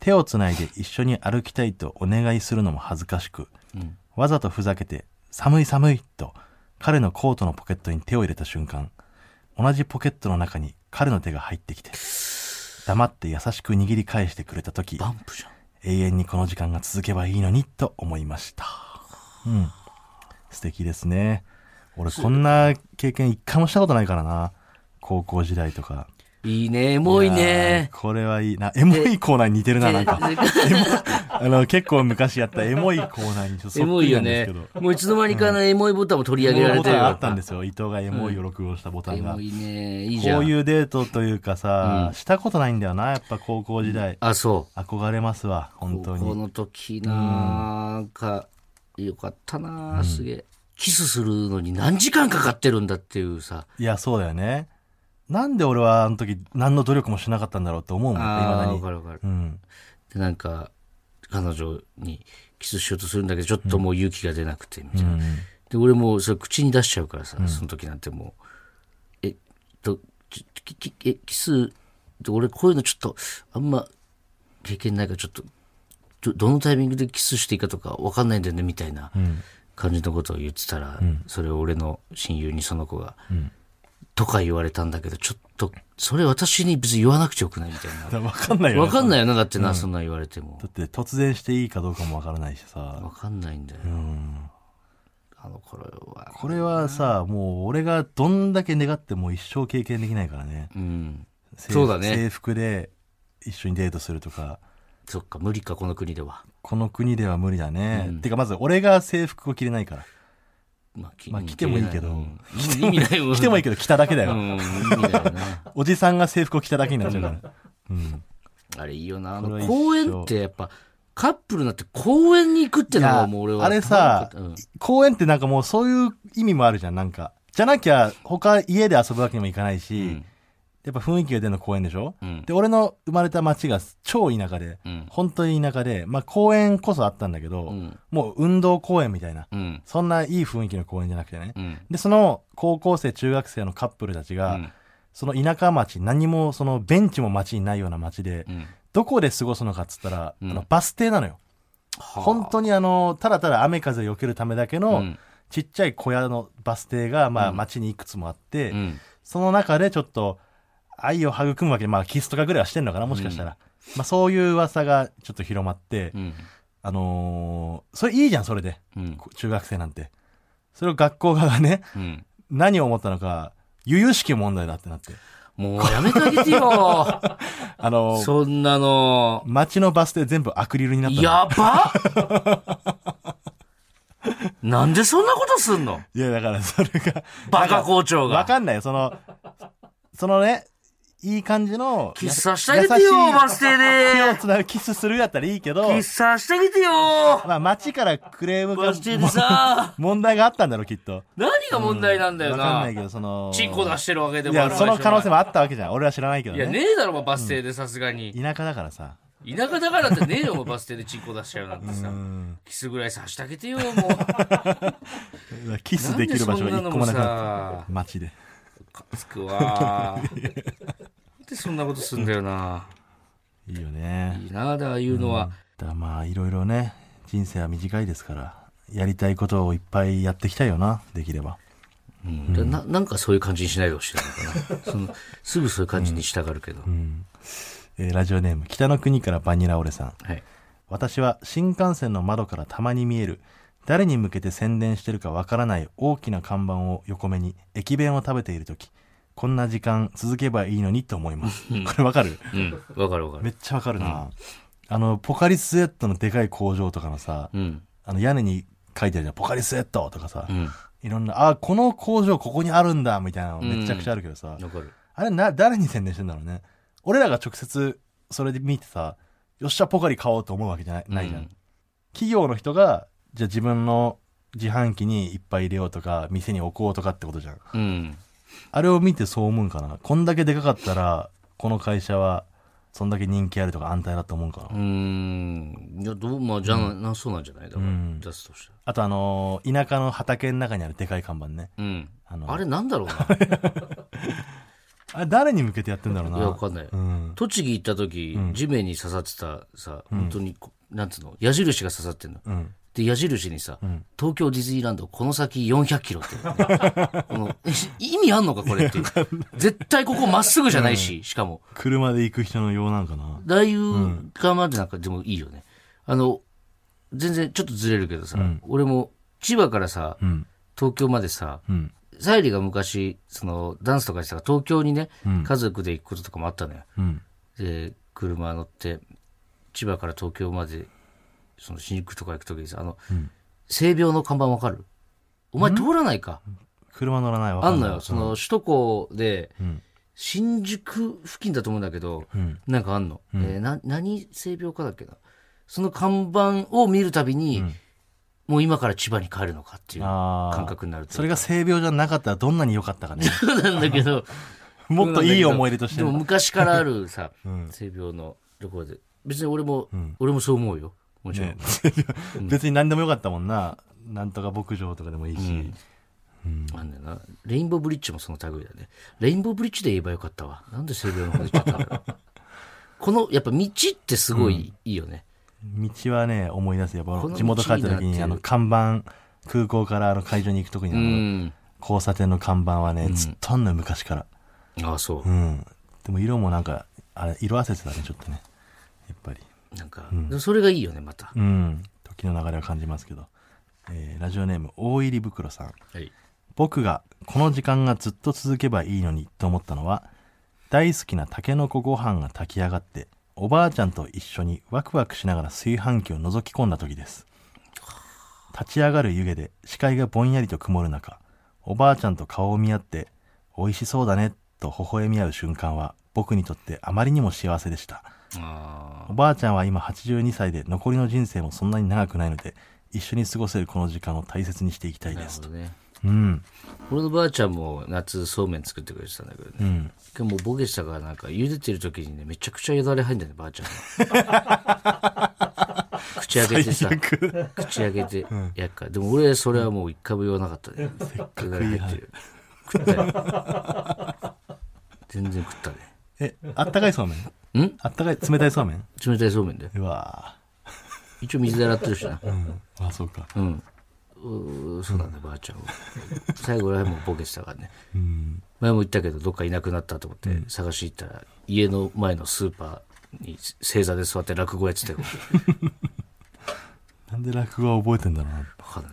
[SPEAKER 2] 手をつないで一緒に歩きたいとお願いするのも恥ずかしく、
[SPEAKER 1] うん
[SPEAKER 2] わざとふざけて、寒い寒いと彼のコートのポケットに手を入れた瞬間、同じポケットの中に彼の手が入ってきて、黙って優しく握り返してくれた時、
[SPEAKER 1] バンプじゃん。
[SPEAKER 2] 永遠にこの時間が続けばいいのにと思いました。うん。素敵ですね。俺こんな経験一回もしたことないからな。高校時代とか。
[SPEAKER 1] いいね、エモい
[SPEAKER 2] や
[SPEAKER 1] ね。
[SPEAKER 2] ーこれはいいな。エモいコーナーに似てる な、なんか。
[SPEAKER 1] で
[SPEAKER 2] あの、結構昔やったエモいコーナーにちょっと
[SPEAKER 1] エ
[SPEAKER 2] そっ
[SPEAKER 1] モ
[SPEAKER 2] く
[SPEAKER 1] い
[SPEAKER 2] り
[SPEAKER 1] よ
[SPEAKER 2] なんです
[SPEAKER 1] ね
[SPEAKER 2] けど。。
[SPEAKER 1] もういつの間にかなエモいボタンも取り上げられ
[SPEAKER 2] ボ
[SPEAKER 1] て
[SPEAKER 2] タ
[SPEAKER 1] る
[SPEAKER 2] ン
[SPEAKER 1] よ
[SPEAKER 2] あったんですよ。伊藤がエモいを録音したボタ
[SPEAKER 1] エ
[SPEAKER 2] ンが。
[SPEAKER 1] モ
[SPEAKER 2] こ
[SPEAKER 1] いね。いいじゃん。
[SPEAKER 2] ういうデートというかさ、
[SPEAKER 1] うん
[SPEAKER 2] したことないんだよな、やっぱ高校時代。
[SPEAKER 1] あ、そう。
[SPEAKER 2] 憧れますわ、本当
[SPEAKER 1] 高校
[SPEAKER 2] に。
[SPEAKER 1] の時なんか、よかったな、すげえ。キスするのに何時間かかってるんだっていうさ。
[SPEAKER 2] いや、そうだよね。なんで俺はあの時何の努力もしなかったんだろうって思うもん、
[SPEAKER 1] ああ、わ
[SPEAKER 2] 未
[SPEAKER 1] か
[SPEAKER 2] だに。
[SPEAKER 1] るわかる。
[SPEAKER 2] うん。
[SPEAKER 1] で、なんか、彼女にキスしようとするんだけど、ちょっともう勇気が出なくて、みたいな。
[SPEAKER 2] うん
[SPEAKER 1] で、俺もうそれ口に出しちゃうからさ、その時なんてもう、えっと、きききえキス、で俺こういうのちょっと、あんま経験ないから、ちょっと、どどのタイミングでキスしていいかとかわかんないんだよね、みたいな。
[SPEAKER 2] うん。
[SPEAKER 1] 感じのことを言ってたら、それを俺の親友にその子が、
[SPEAKER 2] ん
[SPEAKER 1] とか言われたんだけど、ちょっと、それ私に別に言わなくちゃよくないみたい
[SPEAKER 2] だからわかんない
[SPEAKER 1] な。
[SPEAKER 2] よ
[SPEAKER 1] わ
[SPEAKER 2] ね。
[SPEAKER 1] かんないよな、だってな、そんな言われても
[SPEAKER 2] だ。って突然していいかどうかもわからないしさ。
[SPEAKER 1] わかんないんだよ。
[SPEAKER 2] うん。
[SPEAKER 1] あの頃は。
[SPEAKER 2] これはさ、もう俺がどんだけ願っても一生経験できないからね。
[SPEAKER 1] うん。
[SPEAKER 2] 制服
[SPEAKER 1] そうだね
[SPEAKER 2] 制服で一緒にデートするとか、
[SPEAKER 1] そっか、無理か、この国では。
[SPEAKER 2] この国では無理だね。
[SPEAKER 1] うん
[SPEAKER 2] てかまず俺が制服を着れないから。
[SPEAKER 1] まあ、き
[SPEAKER 2] まあ来てもいいけど
[SPEAKER 1] うん意味ないもん。
[SPEAKER 2] 着てもいい
[SPEAKER 1] け
[SPEAKER 2] けど着ただけだ
[SPEAKER 1] ど。う
[SPEAKER 2] よ。
[SPEAKER 1] ん、意味ないよな。
[SPEAKER 2] おじさんが制服を着ただけになっちゃうから。うん。
[SPEAKER 1] あれいいよな。あ
[SPEAKER 2] これは
[SPEAKER 1] の、
[SPEAKER 2] 一緒
[SPEAKER 1] 公園ってやっぱ、カップルになって公園に行くっての
[SPEAKER 2] い
[SPEAKER 1] は
[SPEAKER 2] や
[SPEAKER 1] もう俺は。
[SPEAKER 2] あれさ
[SPEAKER 1] うん
[SPEAKER 2] 公園ってなんかもうそういう意味もあるじゃん、なんか。じゃなきゃ他家で遊ぶわけにもいかないし、
[SPEAKER 1] うん
[SPEAKER 2] やっぱ雰囲気が出るの公園でしょ、
[SPEAKER 1] うん
[SPEAKER 2] で、俺の生まれた町が超田舎で、
[SPEAKER 1] うん。
[SPEAKER 2] 本当に田舎で、まあ公園こそあったんだけ
[SPEAKER 1] う
[SPEAKER 2] ど、
[SPEAKER 1] ん。
[SPEAKER 2] もう運動公園みたいな、
[SPEAKER 1] うん。
[SPEAKER 2] そんないい雰囲気の公園じゃなくてね。
[SPEAKER 1] うん。
[SPEAKER 2] で、その高校生、中学生のカップルたちが、
[SPEAKER 1] うん
[SPEAKER 2] その田舎町、何もそのベンチも町にないような町で、
[SPEAKER 1] うん
[SPEAKER 2] どこで過ごすのかっつったら、
[SPEAKER 1] うん
[SPEAKER 2] あのバス停なのよ。本当にあの、ただただ雨風を避けるためだけの、
[SPEAKER 1] うん
[SPEAKER 2] ちっちゃい小屋のバス停が、まあ、街にいくつもあって、
[SPEAKER 1] うん
[SPEAKER 2] その中でちょっと愛を育むわけで、まあ、キスとかぐらいはしてんのかな、もしかしたら。まあ、そういう噂がちょっと広まって、
[SPEAKER 1] うん
[SPEAKER 2] あのーそれいいじゃん、それで。
[SPEAKER 1] うん
[SPEAKER 2] 中学生なんて。それを学校側がね、
[SPEAKER 1] うん
[SPEAKER 2] 何を思ったのか、由々しき問題だってなって。
[SPEAKER 1] もうやめてあげて よ
[SPEAKER 2] あのー
[SPEAKER 1] そんなの
[SPEAKER 2] 街のバス停全部アクリルになったの
[SPEAKER 1] やばなんでそんなことすんの
[SPEAKER 2] いや、だからそれが、
[SPEAKER 1] バカ校長
[SPEAKER 2] わ
[SPEAKER 1] が
[SPEAKER 2] かんないよ、その、そのね、いい感じの。
[SPEAKER 1] キスさしてあげてよ
[SPEAKER 2] 優しい
[SPEAKER 1] バス停で
[SPEAKER 2] 手をつなぐキスするやったらいいけど、
[SPEAKER 1] 喫茶してきてよ
[SPEAKER 2] まあ街からクレームが
[SPEAKER 1] バス停でさ、
[SPEAKER 2] 問題があったんだろう、きっと。
[SPEAKER 1] 何が問題なんだよ
[SPEAKER 2] わかん
[SPEAKER 1] な
[SPEAKER 2] ない。けど、その。
[SPEAKER 1] チンコ出してるわけで
[SPEAKER 2] い
[SPEAKER 1] もある
[SPEAKER 2] や、その可能性
[SPEAKER 1] も。
[SPEAKER 2] もあったわけじゃん。俺は知らないけど
[SPEAKER 1] いや、
[SPEAKER 2] ね。
[SPEAKER 1] ねえだろ、お前バス停でさすがに。
[SPEAKER 2] 田舎だからさ。
[SPEAKER 1] 田舎だからってねえよ、お前バス停でチンコ出しちゃうなんてさ。キスぐらいさしてあげてよ、もう。
[SPEAKER 2] キスできる場所が一個もな
[SPEAKER 1] なんでそんなの
[SPEAKER 2] くなっ
[SPEAKER 1] も
[SPEAKER 2] た。街で。
[SPEAKER 1] かつくわ。なんでそんなことすんだよな。
[SPEAKER 2] いいよね。
[SPEAKER 1] いいな、だからいうのは。
[SPEAKER 2] だからまあ、いろいろね、人生は短いですから、やりたいことをいっぱいやっていきたいよな、できれば。
[SPEAKER 1] うんでななんかそういう感じにしないでほしいのかなそのすぐそういう感じにしたがるけど、
[SPEAKER 2] えーラジオネーム、北の国からバニラオレさん。
[SPEAKER 1] はい、
[SPEAKER 2] 私は新幹線の窓からたまに見える誰に向けて宣伝してるかわからない大きな看板を横目に駅弁を食べている時こんな時間続けばいいのにと思いますこれわかる
[SPEAKER 1] うん、わかるわか
[SPEAKER 2] め
[SPEAKER 1] る
[SPEAKER 2] っちゃわかるな、あのポカリスエットのでかい工場とかのさ、
[SPEAKER 1] うん
[SPEAKER 2] あの屋根に書いてあるじゃんポカリスエットとかさ、
[SPEAKER 1] うんわ
[SPEAKER 2] いろんなあこの工場ここにあるんだみたいなのめちゃくちゃあるけどさ、
[SPEAKER 1] かる
[SPEAKER 2] あれな誰に宣伝してんだろうね俺らが直接それで見てさよっしゃポカリ買おうと思うわけじゃないないじゃん、
[SPEAKER 1] うん
[SPEAKER 2] 企業の人がじゃあ自分の自販機にいっぱい入れようとか店に置こうとかってことじゃん
[SPEAKER 1] うん
[SPEAKER 2] あれを見てそう思うんかなこんだけでかかったらこの会社はそんだけ人気あるとか安泰だと思うかな、
[SPEAKER 1] うーんいやどうまあじゃあなそうなんじゃないだから、
[SPEAKER 2] うん
[SPEAKER 1] 出すとしたら
[SPEAKER 2] あとあのー田舎の畑の中にあるでかい看板ね
[SPEAKER 1] うん
[SPEAKER 2] あの
[SPEAKER 1] あれなんだろう な
[SPEAKER 2] あれ誰に向けてやってんだろう
[SPEAKER 1] いやわ
[SPEAKER 2] な
[SPEAKER 1] かんない、
[SPEAKER 2] うん
[SPEAKER 1] 栃木行った時、地面に刺さってたさ本当にこなんつうの矢印が刺さってんの
[SPEAKER 2] うん
[SPEAKER 1] で矢印にさ、東京ディズニーランドこの先400キロって、 この意味あんのかこれっていう絶対ここまっすぐじゃないし、しかも
[SPEAKER 2] 車で行く人のようなんかな
[SPEAKER 1] 大油がまでなんかでもいいよね。あの、全然ちょっとずれるけどさ、俺も千葉からさ、
[SPEAKER 2] ん
[SPEAKER 1] 東京までさ、
[SPEAKER 2] うん
[SPEAKER 1] サイリが昔、その、ダンスとかしてたから東京にね、家族で行くこととかもあったのよ。
[SPEAKER 2] うん
[SPEAKER 1] で、車乗って、千葉から東京まで、その、新宿とか行くときにさ、あの、性病の看板わかるお前通らないか。
[SPEAKER 2] 車乗らないわか
[SPEAKER 1] あ
[SPEAKER 2] ん
[SPEAKER 1] ん
[SPEAKER 2] な
[SPEAKER 1] の
[SPEAKER 2] い
[SPEAKER 1] よ。その、首都高で、
[SPEAKER 2] ん
[SPEAKER 1] 新宿付近だと思うんだけど、
[SPEAKER 2] うん
[SPEAKER 1] なんかあんの。えーな、何性病かだっけな。その看板を見るたびに、もう今から千葉に帰るのかっていう
[SPEAKER 2] あー
[SPEAKER 1] 感覚になるという
[SPEAKER 2] それが性病じゃなかったらどんなに良かった かね
[SPEAKER 1] そうなんだけど、
[SPEAKER 2] もっといい思い出として
[SPEAKER 1] でも
[SPEAKER 2] ね
[SPEAKER 1] 昔からある さ、性病のところで。別に俺も、俺もそう思うよ。もちろん。
[SPEAKER 2] ね別に何でもよかったもんななんとか牧場とかでもいいし、
[SPEAKER 1] あんだよな。レインボーブリッジもその類だね。レインボーブリッジで言えばよかったわ。なんで性病の方で言っちゃったん だろうこの、やっぱ道ってすごいいいよね。
[SPEAKER 2] 道はね思い出すやっぱ
[SPEAKER 1] この
[SPEAKER 2] 地元帰っ
[SPEAKER 1] 道
[SPEAKER 2] た時
[SPEAKER 1] になって
[SPEAKER 2] に
[SPEAKER 1] る
[SPEAKER 2] あの看板空港からあの会場に行く時に
[SPEAKER 1] う
[SPEAKER 2] あの
[SPEAKER 1] ん。
[SPEAKER 2] 交差点の看板はね、ずっとあんのよ昔から
[SPEAKER 1] ああ、そう
[SPEAKER 2] う。んでも色もなんかあれ色あせてたねちょっとねやっぱり
[SPEAKER 1] なんか、それがいいよね、また。
[SPEAKER 2] うん時の流れは感じますけど、えーラジオネーム大入り袋さん
[SPEAKER 1] はい。
[SPEAKER 2] 僕がこの時間がずっと続けばいいのにと思ったのは大好きなタケノコご飯が炊き上がっておばあちゃんと一緒にワクワクしながら炊飯器を覗き込んだ時です立ち上がる湯気で視界がぼんやりと曇る中おばあちゃんと顔を見合って美味しそうだねと微笑み合う瞬間は僕にとってあまりにも幸せでした
[SPEAKER 1] あ
[SPEAKER 2] おばあちゃんは今82歳で残りの人生もそんなに長くないので一緒に過ごせるこの時間を大切にしていきた
[SPEAKER 1] あ、
[SPEAKER 2] い
[SPEAKER 1] な
[SPEAKER 2] で
[SPEAKER 1] る
[SPEAKER 2] す
[SPEAKER 1] ほどね。
[SPEAKER 2] うん
[SPEAKER 1] 俺のばあちゃんも夏そうめん作ってくれてたんだけどね。
[SPEAKER 2] うん
[SPEAKER 1] でもうボケしたからなんか茹でてる時にね、めちゃくちゃよだれ入んだよね、ばあちゃん が。口開けてさ、口開けてやっか。でも俺それはもう一回も言わなかったね。せっかく入ってる。食ったよ。全然食ったね。
[SPEAKER 2] え、あったかいそうめん
[SPEAKER 1] ん
[SPEAKER 2] あったかい、冷たいそうめん
[SPEAKER 1] 冷たいそうめんで。
[SPEAKER 2] うわ
[SPEAKER 1] 一応水で洗ってるしな。
[SPEAKER 2] ぁ。あ、そうか。
[SPEAKER 1] うん。うーそうなんだ、ばあちゃんは。最後らへんもボケてたからね。前も言ったけど、どっかいなくなったと思って探し行ったら、家の前のスーパーに正座で座って落語やって たよ。
[SPEAKER 2] なんで落語は覚えてんだろうな。
[SPEAKER 1] わかんない。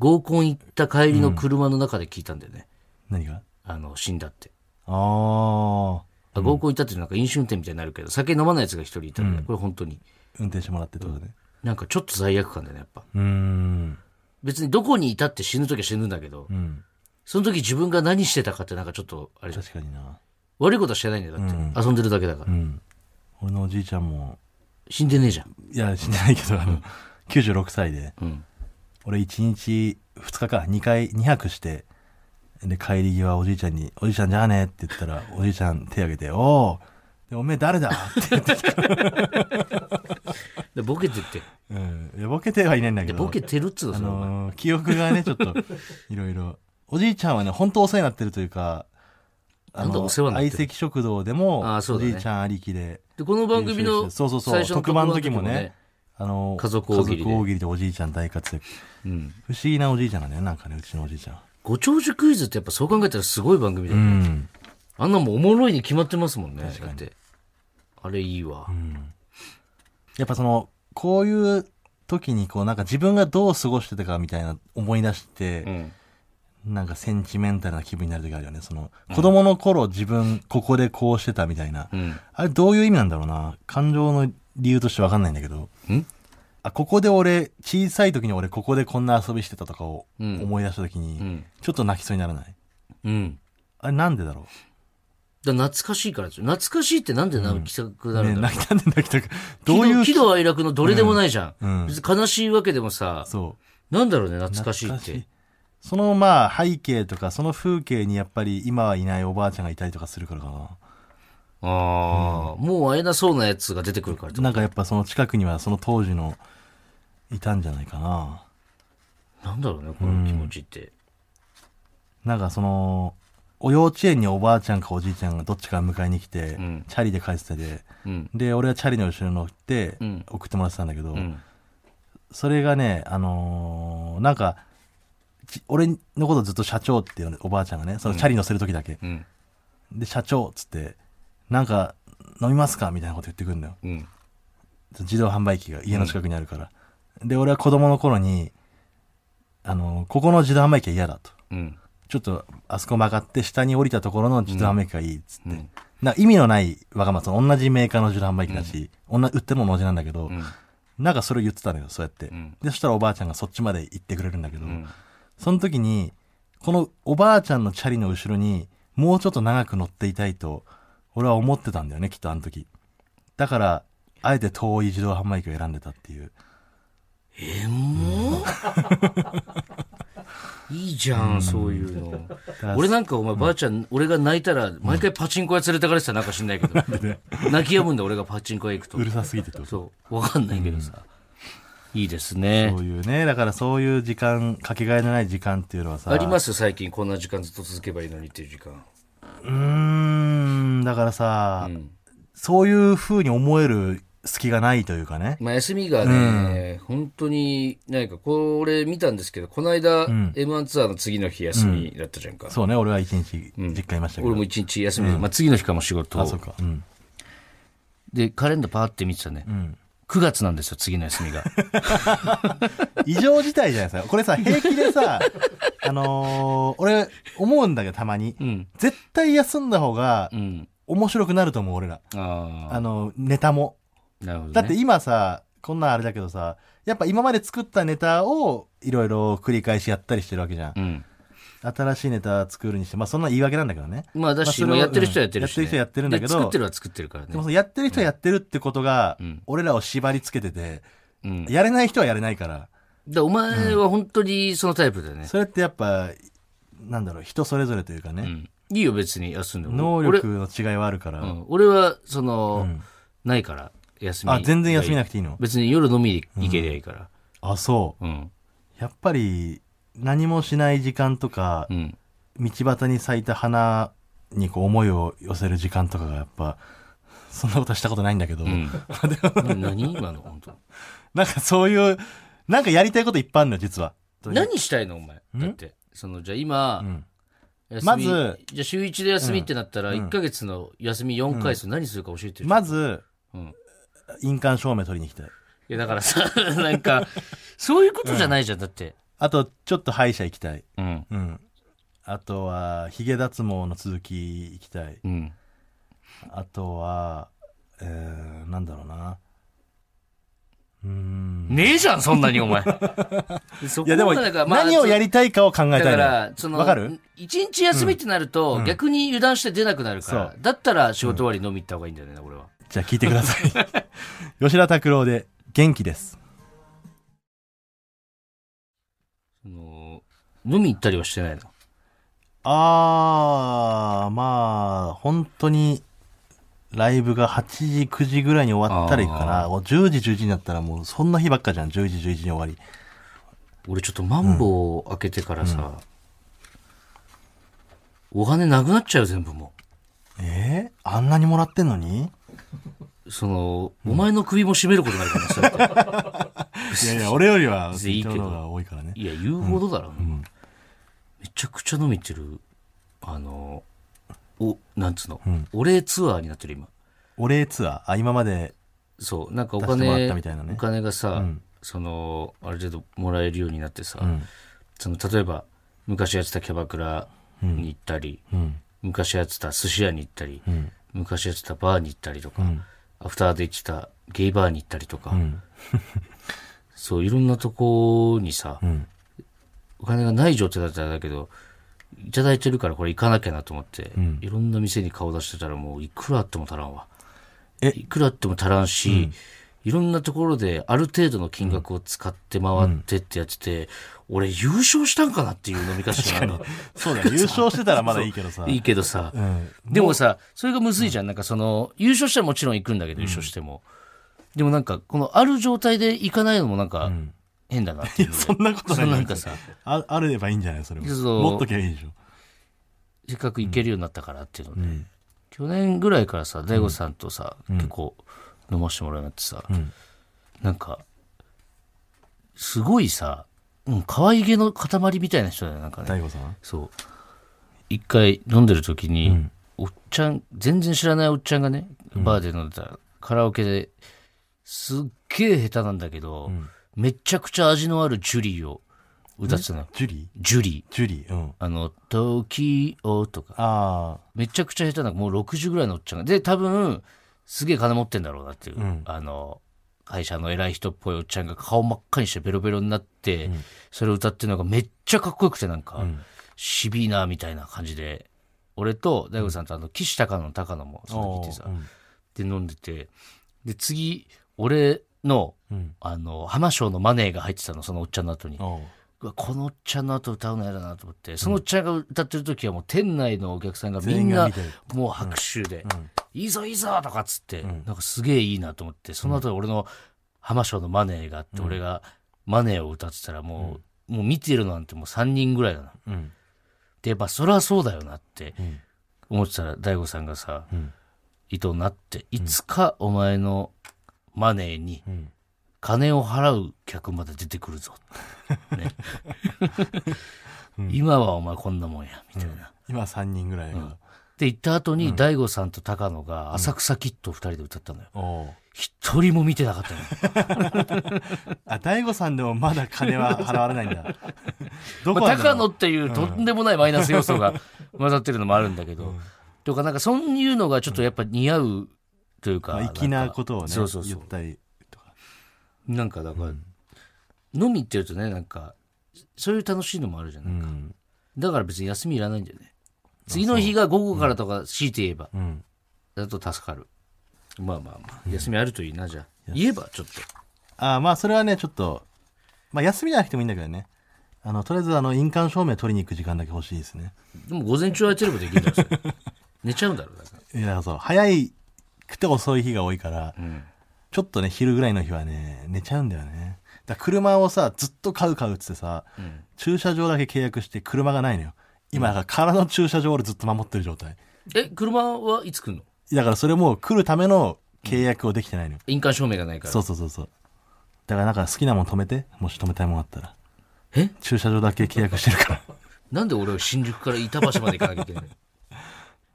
[SPEAKER 1] 合コン行った帰りの車の中で聞いたんだよね。
[SPEAKER 2] 何が
[SPEAKER 1] あの、死んだって。
[SPEAKER 2] あー、
[SPEAKER 1] あ合コン行ったってなんか飲酒運転みたいになるけど、酒飲まない奴が一人いたんだよ。これ本当に。
[SPEAKER 2] 運転してもらってってことね。
[SPEAKER 1] なんかちょっと罪悪感だよね、やっぱ。
[SPEAKER 2] うーん。
[SPEAKER 1] 別にどこにいたって死ぬときは死ぬんだけど、
[SPEAKER 2] うん。
[SPEAKER 1] その時自分が何してたかってなんかちょっと、あれじゃん
[SPEAKER 2] 確かにな
[SPEAKER 1] 悪いことはしてないんだよ、だって。遊んでるだけだか
[SPEAKER 2] う
[SPEAKER 1] ら。
[SPEAKER 2] ん俺のおじいちゃんも
[SPEAKER 1] 死んでねえじゃん。
[SPEAKER 2] いや死んでないけどあの96歳で
[SPEAKER 1] うん。
[SPEAKER 2] 俺1日2日か2回2泊してで帰り際おじいちゃんに「おじいちゃんじゃあね」って言ったらおじいちゃん手挙げて「おおおめえ誰だ?」って言って、
[SPEAKER 1] でボケてって。
[SPEAKER 2] うん、いやボケてはいないんだけ
[SPEAKER 1] で
[SPEAKER 2] ど
[SPEAKER 1] ボケてるっつうの、
[SPEAKER 2] あ
[SPEAKER 1] その。
[SPEAKER 2] のー記憶がね、ちょ っと、いろいろ。おじいちゃんはね、本当お世話になってるというか、あ
[SPEAKER 1] なんだお世話になって
[SPEAKER 2] 相
[SPEAKER 1] る
[SPEAKER 2] 席食堂でも、
[SPEAKER 1] あーそう
[SPEAKER 2] お
[SPEAKER 1] だね
[SPEAKER 2] じいちゃんありきで、
[SPEAKER 1] で、この番組の
[SPEAKER 2] そうそうそう
[SPEAKER 1] 最初の
[SPEAKER 2] 特番の時もね。あのー
[SPEAKER 1] 家族大喜利で
[SPEAKER 2] 家族大喜利でおじいちゃん大活躍。
[SPEAKER 1] うん。
[SPEAKER 2] 不思議なおじいちゃんなんだよね、なんかね、うちのおじいちゃん。
[SPEAKER 1] ご長寿クイズってやっぱそう考えたらすごい番組だ
[SPEAKER 2] う
[SPEAKER 1] よ。
[SPEAKER 2] ん。
[SPEAKER 1] あんなもんおもろいに決まってますもんね。だって。あれいいわ。
[SPEAKER 2] やっぱその、こういう時にこう、なんか自分がどう過ごしてたかみたいな思い出して、
[SPEAKER 1] うん。
[SPEAKER 2] なんかセンチメンタルな気分になる時あるよね。その、子供の頃自分、ここでこうしてたみたいな。
[SPEAKER 1] うん。
[SPEAKER 2] あれどういう意味なんだろうな。感情の理由としてわかんないんだけど。
[SPEAKER 1] ん
[SPEAKER 2] あ、ここで俺、小さい時に俺ここでこんな遊びしてたとかを
[SPEAKER 1] うん
[SPEAKER 2] 思い出した時に、
[SPEAKER 1] うん。
[SPEAKER 2] ちょっと泣きそうにならない。
[SPEAKER 1] うん。
[SPEAKER 2] あれなんでだろ
[SPEAKER 1] だから懐かしいからですよ。懐かしいってなんで泣きたくな
[SPEAKER 2] う
[SPEAKER 1] る
[SPEAKER 2] ね
[SPEAKER 1] んだろう。
[SPEAKER 2] 泣きたんで泣きたく。どういう
[SPEAKER 1] 喜、怒哀楽のどれでもないじゃん。
[SPEAKER 2] うん
[SPEAKER 1] 別に悲しいわけでもさ、
[SPEAKER 2] そう。
[SPEAKER 1] なんだろうね、懐かしいっ
[SPEAKER 2] 懐
[SPEAKER 1] て
[SPEAKER 2] か。そのまあ背景とか、その風景にやっぱり今はいないおばあちゃんがいたりとかするからかな。
[SPEAKER 1] ああ、もう会えなそうなやつが出てくるからってこ
[SPEAKER 2] なんかやっぱその近くにはその当時の、いたんじゃないかな。
[SPEAKER 1] となんだろうね、この気持ちって。
[SPEAKER 2] なんかその、お幼稚園におばあちゃんかおじいちゃんがどっちか迎えに来て、
[SPEAKER 1] うん
[SPEAKER 2] チャリで帰ってたで、
[SPEAKER 1] うん。
[SPEAKER 2] で、俺はチャリの後ろに乗って
[SPEAKER 1] うん、
[SPEAKER 2] 送ってもらってたんだけど、
[SPEAKER 1] うん。
[SPEAKER 2] それがね、あのーなんか、ち俺のことずっと社長って呼んで、おばあちゃんがね、そのチャリ乗せる時だけ、
[SPEAKER 1] うん。
[SPEAKER 2] で、社長っつって、なんか、飲みますかみたいなこと言ってくるんだよ。
[SPEAKER 1] うん。
[SPEAKER 2] 自動販売機が家の近くにあるから。で、俺は子供の頃に、あのーここの自動販売機は嫌だと。
[SPEAKER 1] うん。
[SPEAKER 2] ちょっと、あそこ曲がって、下に降りたところの自動販売機がいいっつって。
[SPEAKER 1] うん
[SPEAKER 2] なんか意味のないわがまま、その同じメーカーの自動販売機だし、同じ売ってるのも同じなんだけ
[SPEAKER 1] う
[SPEAKER 2] ど、
[SPEAKER 1] ん。
[SPEAKER 2] なんかそれを言ってたのよ、そうやって。
[SPEAKER 1] ん
[SPEAKER 2] で、そしたらおばあちゃんがそっちまで行ってくれるんだけど、
[SPEAKER 1] ん
[SPEAKER 2] その時に、このおばあちゃんのチャリの後ろに、もうちょっと長く乗っていたいと、俺は思ってたんだよね、きっとあの時。だから、あえて遠い自動販売機を選んでたっていう。
[SPEAKER 1] えも いいじゃん、そういうの。
[SPEAKER 2] ら
[SPEAKER 1] 俺なんかお前ばあちゃん、俺が泣いたら、毎回パチンコ屋連れてかれてたらなんか知んないけど。泣き止むんだ俺がパチンコ屋行くと
[SPEAKER 2] う。るさすぎてってこと。
[SPEAKER 1] そう。わかんないけどさ。いいですね
[SPEAKER 2] そ。ういうね、だからそういう時間、かけがえのない時間っていうのはさ、
[SPEAKER 1] あります最近こんな時間ずっと続けばいいのにっていう時間。
[SPEAKER 2] うーん、だからさ、
[SPEAKER 1] ん
[SPEAKER 2] そういう風に思える隙がないというかね。
[SPEAKER 1] まあ、休みがね、本当に、何か、これ見たんですけど、この間、M1 ツアーの次の日休みだったじゃんか。
[SPEAKER 2] そうね、俺は一日実家いましたけど。
[SPEAKER 1] 俺も一日休みで、まあ、次の日からも仕事
[SPEAKER 2] あ、そうか。うん。
[SPEAKER 1] で、カレンダーパーって見てたね。9月なんですよ、次の休みが。
[SPEAKER 2] 異常事態じゃないですか。これさ、平気 でさ、あのー俺、思 うんだけど、たまに。絶対休んだ方が
[SPEAKER 1] う、ん。
[SPEAKER 2] 面白くなると思う、俺ら。
[SPEAKER 1] あ
[SPEAKER 2] あの、ネタも。
[SPEAKER 1] あ、なるほど、ね。
[SPEAKER 2] だって、今さ、こんなんあれだけどさ、やっぱ今まで作ったネタを、いろいろ繰り返しやったりしてるわけじゃん
[SPEAKER 1] う。ん。
[SPEAKER 2] 新しいネタ作るにして、まあそんな言い訳なんだけどね。
[SPEAKER 1] まあ、だし、
[SPEAKER 2] それを
[SPEAKER 1] まあやってる人はやってるし、ね
[SPEAKER 2] うんやってる人はやってるんだけど
[SPEAKER 1] で作ってるは作ってるから
[SPEAKER 2] でも
[SPEAKER 1] ね。
[SPEAKER 2] そのやってる人はやってるってことが、
[SPEAKER 1] ん
[SPEAKER 2] 俺らを縛りつけてて、
[SPEAKER 1] うん。
[SPEAKER 2] やれない人はやれないから、
[SPEAKER 1] で、お前は本当にそのタイプだよね。
[SPEAKER 2] それってやっぱ、なんだろう、人それぞれというか
[SPEAKER 1] う
[SPEAKER 2] ね、
[SPEAKER 1] ん。いいよ、別に休んでも。
[SPEAKER 2] 能力の違いはあるから、
[SPEAKER 1] 俺,、うん、俺は、その、ないから、休み。
[SPEAKER 2] あ、全然休み
[SPEAKER 1] ない
[SPEAKER 2] なくていいの。
[SPEAKER 1] 別に夜飲みに行けりゃいいから。
[SPEAKER 2] あ、そ
[SPEAKER 1] うん。
[SPEAKER 2] う。やっぱり、何もしない時間とか
[SPEAKER 1] う、ん。
[SPEAKER 2] 道端に咲いた花にこう思いを寄せる時間とかがやっぱ、そんなことはしたことないんだけど、
[SPEAKER 1] うん。何今の本当。
[SPEAKER 2] なんかそういう、なんかやりたいこといっぱいあるのよ、実は。
[SPEAKER 1] 何したいのお前。だって。その、じゃあ今、
[SPEAKER 2] ん
[SPEAKER 1] 休み
[SPEAKER 2] まず、
[SPEAKER 1] じゃあ週1で休みってなったら、1ヶ月の休み4回数何するか教えてよ
[SPEAKER 2] まず、
[SPEAKER 1] うん
[SPEAKER 2] 印鑑証明取りに行きたい。
[SPEAKER 1] いや、だからさ、 なんか、そういうことじゃないじゃん、だって。
[SPEAKER 2] あと、ちょっと歯医者行きたい。
[SPEAKER 1] うん。
[SPEAKER 2] うん。あとは、ヒゲ脱毛の続き行きたい。
[SPEAKER 1] うん。
[SPEAKER 2] あとは、えー、なんだろうな。うーうん
[SPEAKER 1] ねえじゃん、そんなにお 前。そ
[SPEAKER 2] いやでも、
[SPEAKER 1] こがだからまあ
[SPEAKER 2] 何をやりたいかを考え
[SPEAKER 1] だ
[SPEAKER 2] たいの
[SPEAKER 1] か
[SPEAKER 2] よ
[SPEAKER 1] ら、その、
[SPEAKER 2] わかる
[SPEAKER 1] 一日休みってなると、逆に油断して出なくなるから、だったら仕事終わり飲み行った方がいいんだよね、これは。
[SPEAKER 2] じゃあ聞いてください。 吉田拓郎で、元気です。
[SPEAKER 1] その飲み行ったりはしてないの。
[SPEAKER 2] あー、まあ、本当に、ライブが8時、9時ぐらいに終わったら行くかな。もう10時、11時になったらもう、そんな日ばっかじゃん。10時、11時に終わり。
[SPEAKER 1] 俺ちょっとマンボウ開けてからさ、お金なくなっちゃうよ全部も
[SPEAKER 2] えー、あんなにもらってんのに
[SPEAKER 1] う。その、お前の首も絞めることになるからさ、そうやって
[SPEAKER 2] いやいや、俺よりは、
[SPEAKER 1] 別にいいけど
[SPEAKER 2] 身長の方が多いからね。
[SPEAKER 1] いや、言うほどだろ、めちゃくちゃ飲み行ってる、あの、お、なんつうの、お礼ツアーになってる今。
[SPEAKER 2] お礼ツアー。あ、今まで、
[SPEAKER 1] そう、なんかお
[SPEAKER 2] 出してもら
[SPEAKER 1] 金、
[SPEAKER 2] ったみたいなね
[SPEAKER 1] お金がさ、その、ある程度もらえるようになってさ、
[SPEAKER 2] ん
[SPEAKER 1] その、例えば、昔やってたキャバクラに行ったり、
[SPEAKER 2] うん、
[SPEAKER 1] 昔やってた寿司屋に行ったり、
[SPEAKER 2] うん、
[SPEAKER 1] 昔やってたバーに行ったりとか、
[SPEAKER 2] ん
[SPEAKER 1] アフターで行ってたゲイバーに行ったりとか、
[SPEAKER 2] うん、
[SPEAKER 1] そう、いろんなとこにさ、
[SPEAKER 2] うん。
[SPEAKER 1] お金がない状態だったらだけど、いただいてるからこれ行かなきゃなと思って、
[SPEAKER 2] ん
[SPEAKER 1] いろんな店に顔出してたらもういくらあっても足らんわ。
[SPEAKER 2] え
[SPEAKER 1] いくらあっても足らんし、いろんなところである程度の金額を使って回ってってやってて、俺優勝したんかなっていう飲み会しかなんか
[SPEAKER 2] そうだ、優勝してたらまだいいけどさ。
[SPEAKER 1] いいけどさ、
[SPEAKER 2] うん。
[SPEAKER 1] でもさ、それがむずいじゃん。なんかその、優勝したらもちろん行くんだけど、優勝しても。でもなんか、このある状態で行かないのもなんか、変だな っていうので。
[SPEAKER 2] そんなことない
[SPEAKER 1] そのなんかさ、
[SPEAKER 2] あ、あればいいんじゃないそれも。
[SPEAKER 1] そう
[SPEAKER 2] 持っときゃいいでしょ。
[SPEAKER 1] せっかく行けるようになったからっていうので。
[SPEAKER 2] ん
[SPEAKER 1] 去年ぐらいからさ、大悟さんとさ、結構飲ましてもらうようになってさ、
[SPEAKER 2] ん
[SPEAKER 1] なんか、すごいさ、うん、可愛げの塊みたいな人だよね、なんかね。
[SPEAKER 2] 大悟さん
[SPEAKER 1] そう。一回飲んでる時に、おっちゃん、全然知らないおっちゃんがね、バーで飲んでたら、カラオケで、すっげえ下手なんだけど、めちゃくちゃ味のあるジュリーを歌ってたのよ。
[SPEAKER 2] ジュリ
[SPEAKER 1] ジュリ
[SPEAKER 2] ージュリー。うん。
[SPEAKER 1] ー。あの、時をとか、
[SPEAKER 2] あ
[SPEAKER 1] めちゃくちゃ下手な、もう60ぐらいのおっちゃんが。で、多分、すげえ金持ってんだろうなっていう、
[SPEAKER 2] ん
[SPEAKER 1] あの、会社の偉い人っぽいおっちゃんが顔真っ赤にしてベロベロになって、それを歌ってるのがめっちゃかっこよくてなんか、しびいなみたいな感じで、俺と大悟さんとあの、岸高野高野も
[SPEAKER 2] あ。
[SPEAKER 1] その時いてさ、
[SPEAKER 2] おー
[SPEAKER 1] で飲んでて、で、次、俺の、
[SPEAKER 2] うんうん。
[SPEAKER 1] あの、浜章のマネーが入ってたの、そのおっちゃんの後に。
[SPEAKER 2] おー
[SPEAKER 1] うわこのおっちゃんの後歌うのやだなと思って、そのおっちゃんが歌ってる時はもう店内のお客さんがみ
[SPEAKER 2] 全員
[SPEAKER 1] ん
[SPEAKER 2] が
[SPEAKER 1] な
[SPEAKER 2] 見てる
[SPEAKER 1] もう拍手で、いいぞいいぞとかっつって、なんかすげえいいなと思って、その後俺の浜章のマネーがあって、俺がマネーを歌ってたらもう、もう見てるなんてもう3人ぐらいだな。
[SPEAKER 2] うん。
[SPEAKER 1] で、まあそりゃそうだよなって
[SPEAKER 2] うん
[SPEAKER 1] 思ってたら、大悟さんがさ、
[SPEAKER 2] うん
[SPEAKER 1] 伊藤なって、いつかお前のマネーに
[SPEAKER 2] うん。
[SPEAKER 1] 金を払う客まで出てくるぞ。ね今はお前こんなもんや、みたいな。って
[SPEAKER 2] 今3人ぐらいが。
[SPEAKER 1] 言った後に、大悟さんと高野が浅草キッドを二人で歌ったのよ。
[SPEAKER 2] おー
[SPEAKER 1] 一人も見てなかっ たのよ。
[SPEAKER 2] あ、大悟さんでもまだ金は払われない んだ。どこ
[SPEAKER 1] ま
[SPEAKER 2] な
[SPEAKER 1] あ、
[SPEAKER 2] んだ
[SPEAKER 1] 高
[SPEAKER 2] ろ
[SPEAKER 1] 野
[SPEAKER 2] う
[SPEAKER 1] っていうとんでもないマイナス要素 が混ざってるのもあるんだけど。とか、なんかそういうのがちょっとやっぱ似合うというか。
[SPEAKER 2] まあ
[SPEAKER 1] なんか
[SPEAKER 2] 粋なことをね
[SPEAKER 1] そうそう、そ
[SPEAKER 2] 言っ
[SPEAKER 1] う。
[SPEAKER 2] たりとか。
[SPEAKER 1] なんかだから、飲み行ってるとね、なんか、そういう楽しいのもあるじゃない、
[SPEAKER 2] うん。
[SPEAKER 1] だから別に休みいらないんだよね。次の日が午後からとか強いて言えば、
[SPEAKER 2] うん。
[SPEAKER 1] だと助かる。まあまあまあ、休みあるといいな、じゃあ。言えばちょっと。
[SPEAKER 2] ああ、まあそれはね、ちょっと、まあ休みじゃなくてもいいんだけどね。あの、とりあえずあの、印鑑証明取りに行く時間だけ欲しいですね。
[SPEAKER 1] でも午前中空いてればできるんだよ それ、寝ちゃうんだろう、だから。
[SPEAKER 2] いや、そう、早くて遅い日が多いから、
[SPEAKER 1] うん。
[SPEAKER 2] ちょっとね、昼ぐらいの日はね、寝ちゃうんだよね。だから車をさ、ずっと買う買うっつってさ、
[SPEAKER 1] ん
[SPEAKER 2] 駐車場だけ契約して車がないのよ。今、だから空の駐車場を俺ずっと守ってる状態。
[SPEAKER 1] え、車はいつ来んの
[SPEAKER 2] だからそれもう来るための契約をできてないのよ。
[SPEAKER 1] 印鑑証明がないから。
[SPEAKER 2] そうそうそうそう。だからなんか好きなもん止めて、もし止めたいもんあったら。
[SPEAKER 1] え
[SPEAKER 2] 駐車場だけ契約してるから。
[SPEAKER 1] なんで俺は新宿から板橋まで行かなきゃい けないの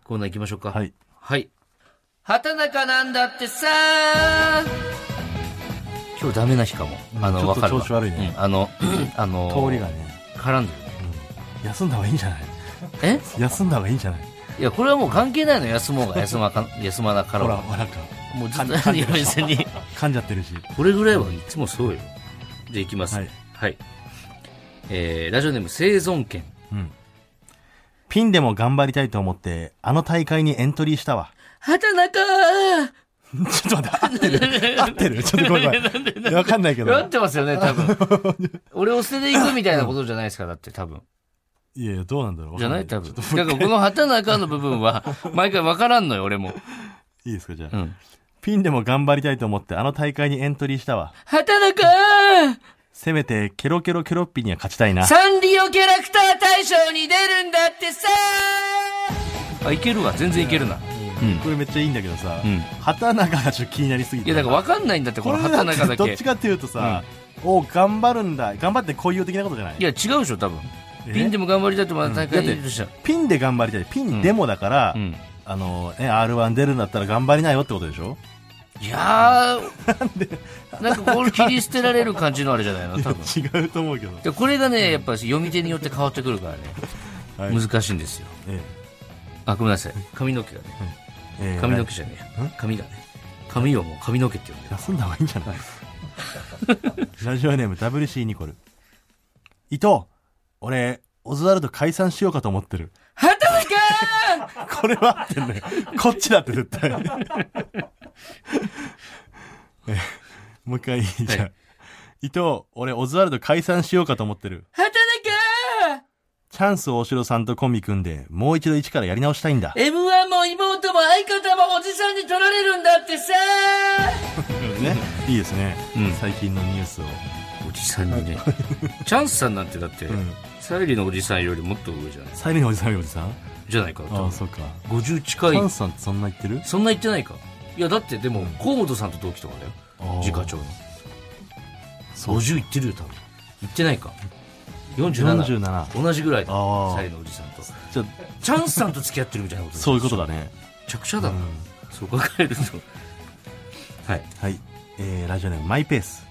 [SPEAKER 1] コーナー行きましょうか。
[SPEAKER 2] はい。
[SPEAKER 1] はい。畑中なんだってさ今日ダメな日かも。あ
[SPEAKER 2] ち
[SPEAKER 1] の、
[SPEAKER 2] ょ
[SPEAKER 1] わ
[SPEAKER 2] っと
[SPEAKER 1] かるわ。
[SPEAKER 2] 調子悪いね
[SPEAKER 1] うんあ の、あの、
[SPEAKER 2] 通りがね、
[SPEAKER 1] 絡んでるね。
[SPEAKER 2] 休んだ方がいいんじゃない
[SPEAKER 1] え
[SPEAKER 2] 休んだ方がいいんじゃない
[SPEAKER 1] いや、 これはもう関係ないの。休もうが、休まか、休まなかろ
[SPEAKER 2] ほ
[SPEAKER 1] う
[SPEAKER 2] ら、
[SPEAKER 1] が。
[SPEAKER 2] ほらか。
[SPEAKER 1] もうずっと、いや別に、
[SPEAKER 2] 噛んじゃってるし。
[SPEAKER 1] これぐらいはいつもそうよ。じゃあいきます、
[SPEAKER 2] はい
[SPEAKER 1] はい。えー、ラジオネーム生存権。
[SPEAKER 2] ピンでも頑張りたいと思って、あの大会にエントリーしたわ。
[SPEAKER 1] 畑中
[SPEAKER 2] ちょっと待って、合ってる合ってるちょっとごめん ごめん。わかんないけど。
[SPEAKER 1] なってますよね、多分。 俺を捨てていくみたいなことじゃないですか、だって多分。
[SPEAKER 2] いやいや、どうなんだろうわ
[SPEAKER 1] じ
[SPEAKER 2] か
[SPEAKER 1] ゃ
[SPEAKER 2] ん
[SPEAKER 1] ない多分。
[SPEAKER 2] ちょっ
[SPEAKER 1] だか
[SPEAKER 2] と
[SPEAKER 1] らこの畑中の部分は、毎回わからんのよ、俺も。
[SPEAKER 2] いいですか、じゃ
[SPEAKER 1] う
[SPEAKER 2] あ。
[SPEAKER 1] ん。
[SPEAKER 2] ピンでも頑張りたいと思って、あの大会にエントリーしたわ。
[SPEAKER 1] 畑中
[SPEAKER 2] せめて、ケロケロケロッピには勝ちたいな。
[SPEAKER 1] サンリオキャラクター大賞に出るんだってさあ、いけるわ。全然いけるな。うん。
[SPEAKER 2] これめっちゃいいんだけどさ、
[SPEAKER 1] うん
[SPEAKER 2] 畑中がちょっと気になりすぎ
[SPEAKER 1] い
[SPEAKER 2] て。
[SPEAKER 1] や、だからわかんないんだって、この畑中だ
[SPEAKER 2] これ
[SPEAKER 1] け。
[SPEAKER 2] どっ
[SPEAKER 1] い
[SPEAKER 2] ちかっていうとさ、お頑張るんだ。頑張ってこういう的なことじゃない
[SPEAKER 1] や、違うでしょ、多分。
[SPEAKER 2] え
[SPEAKER 1] ピンでも頑張りたいと思った大会に出るとしたら
[SPEAKER 2] ピンで頑張りたい。ピンでもだから、
[SPEAKER 1] うん。
[SPEAKER 2] あの、ね、R1 出るんだったら頑張りなよってことでしょ
[SPEAKER 1] いや ー、なんかこれ切り捨てられる感じのあれじゃないの、多分。
[SPEAKER 2] いや違う と思うけど。
[SPEAKER 1] でこれがね、やっぱ読み手によって変わってくるからね、
[SPEAKER 2] はい
[SPEAKER 1] 難しいんですよ。
[SPEAKER 2] え
[SPEAKER 1] あ、ごめんなさい。髪の毛がね。
[SPEAKER 2] えええ
[SPEAKER 1] 髪の毛じゃねえ
[SPEAKER 2] ん
[SPEAKER 1] や。髪がね。髪をもう髪の毛って呼んでる。
[SPEAKER 2] 休んだ方がいいんじゃない ラジオネーム WC ニコル。伊藤、俺、オズワルド解散しようかと思ってる。
[SPEAKER 1] 畑中
[SPEAKER 2] これは合ってんだよ。こっちだって絶 対。えもう一回いいじゃん。
[SPEAKER 1] はい
[SPEAKER 2] 伊藤、俺、オズワルド解散しようかと思ってる。
[SPEAKER 1] 畑中
[SPEAKER 2] チャンス大城さんとコンビ組んで、もう一度一からやり直したいんだ。
[SPEAKER 1] !M1 も妹も相方もおじさんに取られるんだってさ
[SPEAKER 2] ね、いいですね、
[SPEAKER 1] うん
[SPEAKER 2] 最近のニュースを。
[SPEAKER 1] おじさんに ね。チャンスさんなんてだって、
[SPEAKER 2] ん
[SPEAKER 1] サイリのおじさんよりもっと上じゃない
[SPEAKER 2] サイレンおじさんよおじさん
[SPEAKER 1] じゃないか。多
[SPEAKER 2] あ
[SPEAKER 1] 分
[SPEAKER 2] あ、そうか。
[SPEAKER 1] 50
[SPEAKER 2] チ
[SPEAKER 1] 近い
[SPEAKER 2] ャン。スさんってそんな言ってる
[SPEAKER 1] そんな言ってないか。いや、だってでも、河本さんと同期とかだよ。次課長の。
[SPEAKER 2] そう
[SPEAKER 1] 50いってるよ、多分。いってないか。47。
[SPEAKER 2] 47。
[SPEAKER 1] 同じぐらいだ。
[SPEAKER 2] ああ
[SPEAKER 1] サイリのおじさんと。
[SPEAKER 2] じゃ
[SPEAKER 1] チャンスさんと付き合ってるみたいなこと
[SPEAKER 2] そういうことだね。
[SPEAKER 1] めちゃくちゃだな、そう考えるとはい
[SPEAKER 2] はい。えー、ラジオネームマイペース。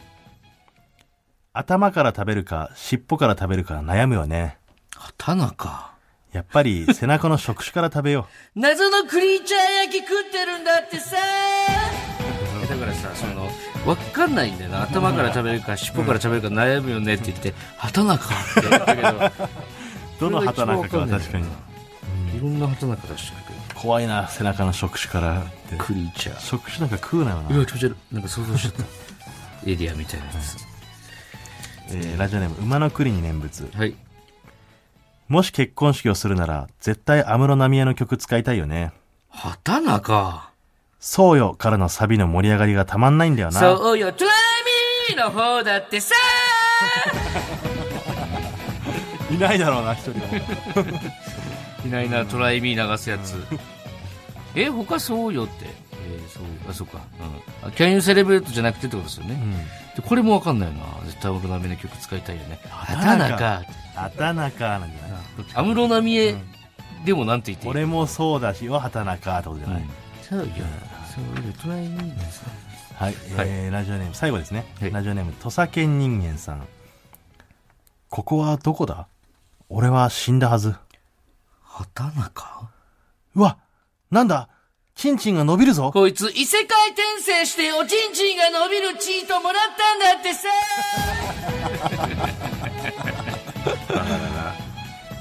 [SPEAKER 2] 頭から食べるか、尻尾から食べるか悩むよね。
[SPEAKER 1] 畑中
[SPEAKER 2] やっぱり背中の触手から食べよ
[SPEAKER 1] 謎のクリーチャー焼き食ってるんだってさだからさそのわかんないんだよな頭から食べるか尻尾から食べるか悩むよねって言って畑中って言ったけど
[SPEAKER 2] う。どの旗なんかかは確かに。
[SPEAKER 1] いろんな畑中出してくるけ
[SPEAKER 2] 怖いな、背中の触手からって
[SPEAKER 1] ど。クリーチャー
[SPEAKER 2] 触手なんか食うなよ
[SPEAKER 1] う
[SPEAKER 2] な。
[SPEAKER 1] わ気持ち悪いなんか想像しちゃった エリアみたいなやつ
[SPEAKER 2] えー、ラジオネーム馬の栗に念仏。
[SPEAKER 1] はい
[SPEAKER 2] もし結婚式をするなら、絶対安室奈美恵の曲使いたいよね。
[SPEAKER 1] 畑中
[SPEAKER 2] そうよからのサビの盛り上がりがたまんないんだよな。
[SPEAKER 1] そうよ Try me の方だってさ
[SPEAKER 2] いないだろうな、一人も。
[SPEAKER 1] いないな、トライミー流すやつ。え、他そうよって。えーそう、あ、そうか。うん。あ Can you celebrate じゃなくてってことですよね。で、これもわかんないよな。絶対安室奈美恵の曲使いたいよね。
[SPEAKER 2] 畑
[SPEAKER 1] 畑
[SPEAKER 2] 中
[SPEAKER 1] 中。
[SPEAKER 2] 畑中なんじゃないどっち
[SPEAKER 1] 安室奈美恵でもなんて言っていい
[SPEAKER 2] 俺もそうだし、は畑中ってことじゃ
[SPEAKER 1] う
[SPEAKER 2] ない。
[SPEAKER 1] んそうよ。そうよ、トライミーですね。
[SPEAKER 2] はい、えーラジオネーム、最後ですね。
[SPEAKER 1] はい
[SPEAKER 2] ラジオネーム、土佐犬人間さん。ここはどこだ俺は死んだはず。
[SPEAKER 1] 畑中
[SPEAKER 2] うわなんだチンチンが伸びるぞ
[SPEAKER 1] こいつ、異世界転生して、おちんちんが伸びるチートもらったんだってさ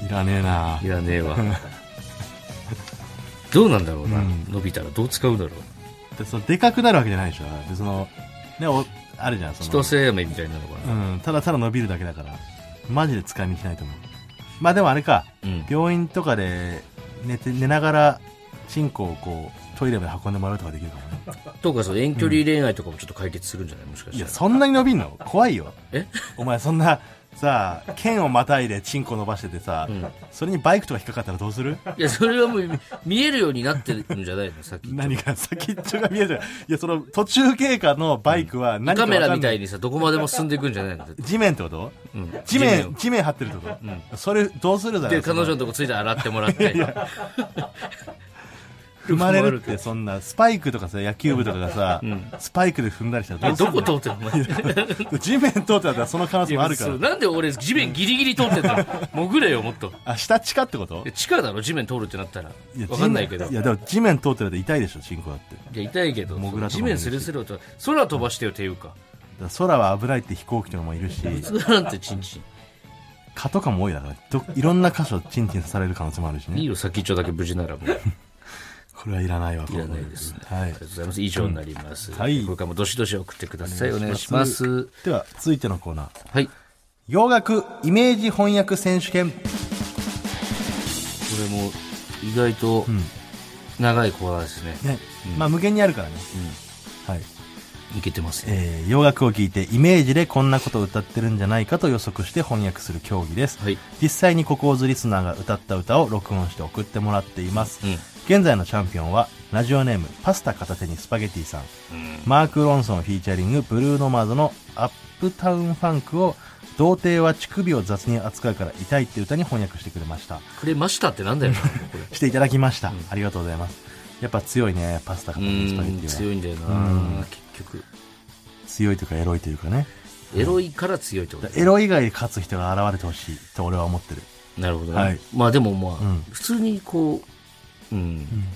[SPEAKER 2] いらねえない
[SPEAKER 1] らねえわ。どうなんだろうな。伸びたらどう使うだろう。
[SPEAKER 2] でそのでかくなるわけじゃないでしょでそのねおあるじゃんその
[SPEAKER 1] 人生飴みたいなのか
[SPEAKER 2] う
[SPEAKER 1] な。
[SPEAKER 2] んただただ伸びるだけだからマジで使い道ないと思うまあでもあれか
[SPEAKER 1] うん。
[SPEAKER 2] 病院とかで寝て寝ながらチンコをこうトイレまで運んでもらうとかできるかもね
[SPEAKER 1] とかそう遠距離恋愛とかもちょっと解決するんじゃないもしかし
[SPEAKER 2] い
[SPEAKER 1] た
[SPEAKER 2] や
[SPEAKER 1] ら
[SPEAKER 2] そんなに伸びんの怖いよ
[SPEAKER 1] え
[SPEAKER 2] お前そんなさあ剣をまたいでチンコ伸ばしててさ、
[SPEAKER 1] ん
[SPEAKER 2] それにバイクとか引っかかったらどうする
[SPEAKER 1] いやそれはもう見見えるようになってるんじゃないのさっき言った
[SPEAKER 2] 何か先っちょが見えてるいやその途中経過のバイクは何
[SPEAKER 1] カ
[SPEAKER 2] かわかんな
[SPEAKER 1] メ
[SPEAKER 2] い
[SPEAKER 1] ラみたいにさどこまでも進んでいくんじゃないのだって
[SPEAKER 2] 地面ってこと
[SPEAKER 1] うん
[SPEAKER 2] 地
[SPEAKER 1] を
[SPEAKER 2] 面、地面張ってるってこと、それ、どうするだろ
[SPEAKER 1] で
[SPEAKER 2] う
[SPEAKER 1] 彼女のとこついて洗ってもらって
[SPEAKER 2] 踏まれるってそんなスパイクとかさ野球部とかがさ、スパイクで踏んだりしたらどうす
[SPEAKER 1] ど
[SPEAKER 2] る
[SPEAKER 1] こ通ってんのお前
[SPEAKER 2] の 地面通ってたらその可能性もあるか
[SPEAKER 1] そう
[SPEAKER 2] ら
[SPEAKER 1] なんで俺地面ギリギリ通ってんの潜れよもっと
[SPEAKER 2] あ下地下ってこと
[SPEAKER 1] いや地下だろ地面通るってなったら
[SPEAKER 2] いや
[SPEAKER 1] 分かんないけど
[SPEAKER 2] 地面いやでも地面通ってると痛いでしょチンコだってだか
[SPEAKER 1] いや痛いけど
[SPEAKER 2] モグラとか
[SPEAKER 1] 地
[SPEAKER 2] もい
[SPEAKER 1] 面
[SPEAKER 2] るし
[SPEAKER 1] スレスレと空飛ばしてよっていうから
[SPEAKER 2] 空は危ないって飛行機とかもいるし
[SPEAKER 1] 普通なんてチンチン
[SPEAKER 2] 蚊とかも多いだからどいろんな箇所チンチン刺される可能性もあるし
[SPEAKER 1] いい
[SPEAKER 2] ね
[SPEAKER 1] よ先っちょだけ無事ならもう
[SPEAKER 2] これはいらないわ
[SPEAKER 1] いらないです
[SPEAKER 2] は
[SPEAKER 1] あり
[SPEAKER 2] い
[SPEAKER 1] がとうございます以上になります、
[SPEAKER 2] はい
[SPEAKER 1] これからもどしどし送ってくださいお願いします
[SPEAKER 2] では続いてのコーナー
[SPEAKER 1] はいこ
[SPEAKER 2] 洋楽イメージ翻訳選手権
[SPEAKER 1] れも意外と長いコーナーですね、
[SPEAKER 2] ね、まあ無限にあるからね、はい
[SPEAKER 1] いけてますね
[SPEAKER 2] えー洋楽を聴いてイメージでこんなことを歌ってるんじゃないかと予測して翻訳する競技です、
[SPEAKER 1] はい
[SPEAKER 2] 実際にココーズリスナーが歌った歌を録音して送ってもらっています、
[SPEAKER 1] うん
[SPEAKER 2] 現在のチャンピオンはラジオネームパスタ片手にスパゲティさん、マーク・ロンソンフィーチャリングブルーノマーズのアップタウンファンクを童貞は乳首を雑に扱うから痛いって歌に翻訳してくれました
[SPEAKER 1] くれましたってなんだよなもうこ れ
[SPEAKER 2] していただきました、ありがとうございますやっぱ強いねパスタ片
[SPEAKER 1] う
[SPEAKER 2] 手にスパゲテ
[SPEAKER 1] ん
[SPEAKER 2] ィは
[SPEAKER 1] 強いんだよな結局
[SPEAKER 2] 強いというかエロいというかね
[SPEAKER 1] エロいから強いってこと
[SPEAKER 2] エロ以外で勝つ人が現れてほしいと俺は思ってる。
[SPEAKER 1] なるほどね、
[SPEAKER 2] はい
[SPEAKER 1] まあでもまあ、
[SPEAKER 2] うん
[SPEAKER 1] 普通にこう、うん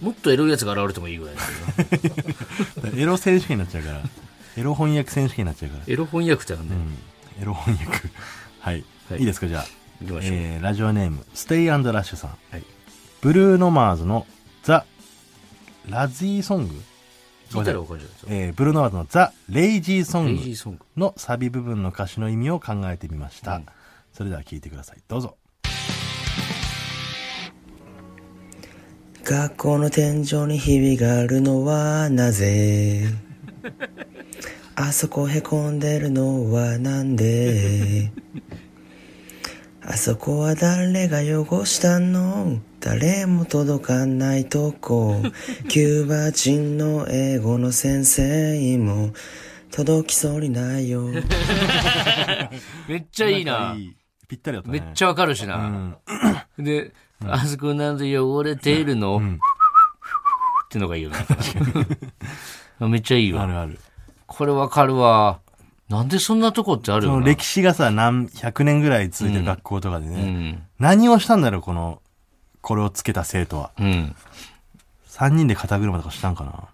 [SPEAKER 1] もっとエロいやつが現れてもいいぐらいだ けどな
[SPEAKER 2] エロ選手権になっちゃうから。エロ翻訳選手権になっちゃうから。
[SPEAKER 1] エロ翻訳ってあるんだ
[SPEAKER 2] う
[SPEAKER 1] よ、
[SPEAKER 2] ん。エロ翻訳。はい。
[SPEAKER 1] はい
[SPEAKER 2] い、いですか、じゃあ。
[SPEAKER 1] 行きましょう、
[SPEAKER 2] えー、ラジオネーム、ステイラッシュさん。
[SPEAKER 1] はい
[SPEAKER 2] ブルーノマーズのザ・ラジーソング
[SPEAKER 1] 聞いたらわかるじゃないですか
[SPEAKER 2] えー、ブルーノマーズのザ・レイジーソ
[SPEAKER 1] レ
[SPEAKER 2] ン
[SPEAKER 1] イジー
[SPEAKER 2] グ
[SPEAKER 1] ソング
[SPEAKER 2] のサビ部分の歌詞の意味を考えてみました。それでは聞いてください。どうぞ。
[SPEAKER 3] 学校の天井にひびがあるのはなぜあそこへこんでるのはなんであそこは誰が汚したの誰も届かないとこキューバ人の英語の先生も届きそうにないよ
[SPEAKER 1] めっちゃいいな
[SPEAKER 2] かい。ぴったりだった
[SPEAKER 1] め
[SPEAKER 2] ね。
[SPEAKER 1] っちゃわかるしな、 で、あそこなんで汚れているの、ってのがいいよな めっちゃいい
[SPEAKER 2] あ
[SPEAKER 1] わ
[SPEAKER 2] るある。
[SPEAKER 1] これわかるわなんでそんなとこってある
[SPEAKER 2] そ
[SPEAKER 1] よ
[SPEAKER 2] の
[SPEAKER 1] な
[SPEAKER 2] 歴史がさ、何百年ぐらい続いてる学校とかでね、
[SPEAKER 1] うん
[SPEAKER 2] 何をしたんだろう、この、これをつけた生徒は。
[SPEAKER 1] うん
[SPEAKER 2] 3人で肩車とかしたんかな。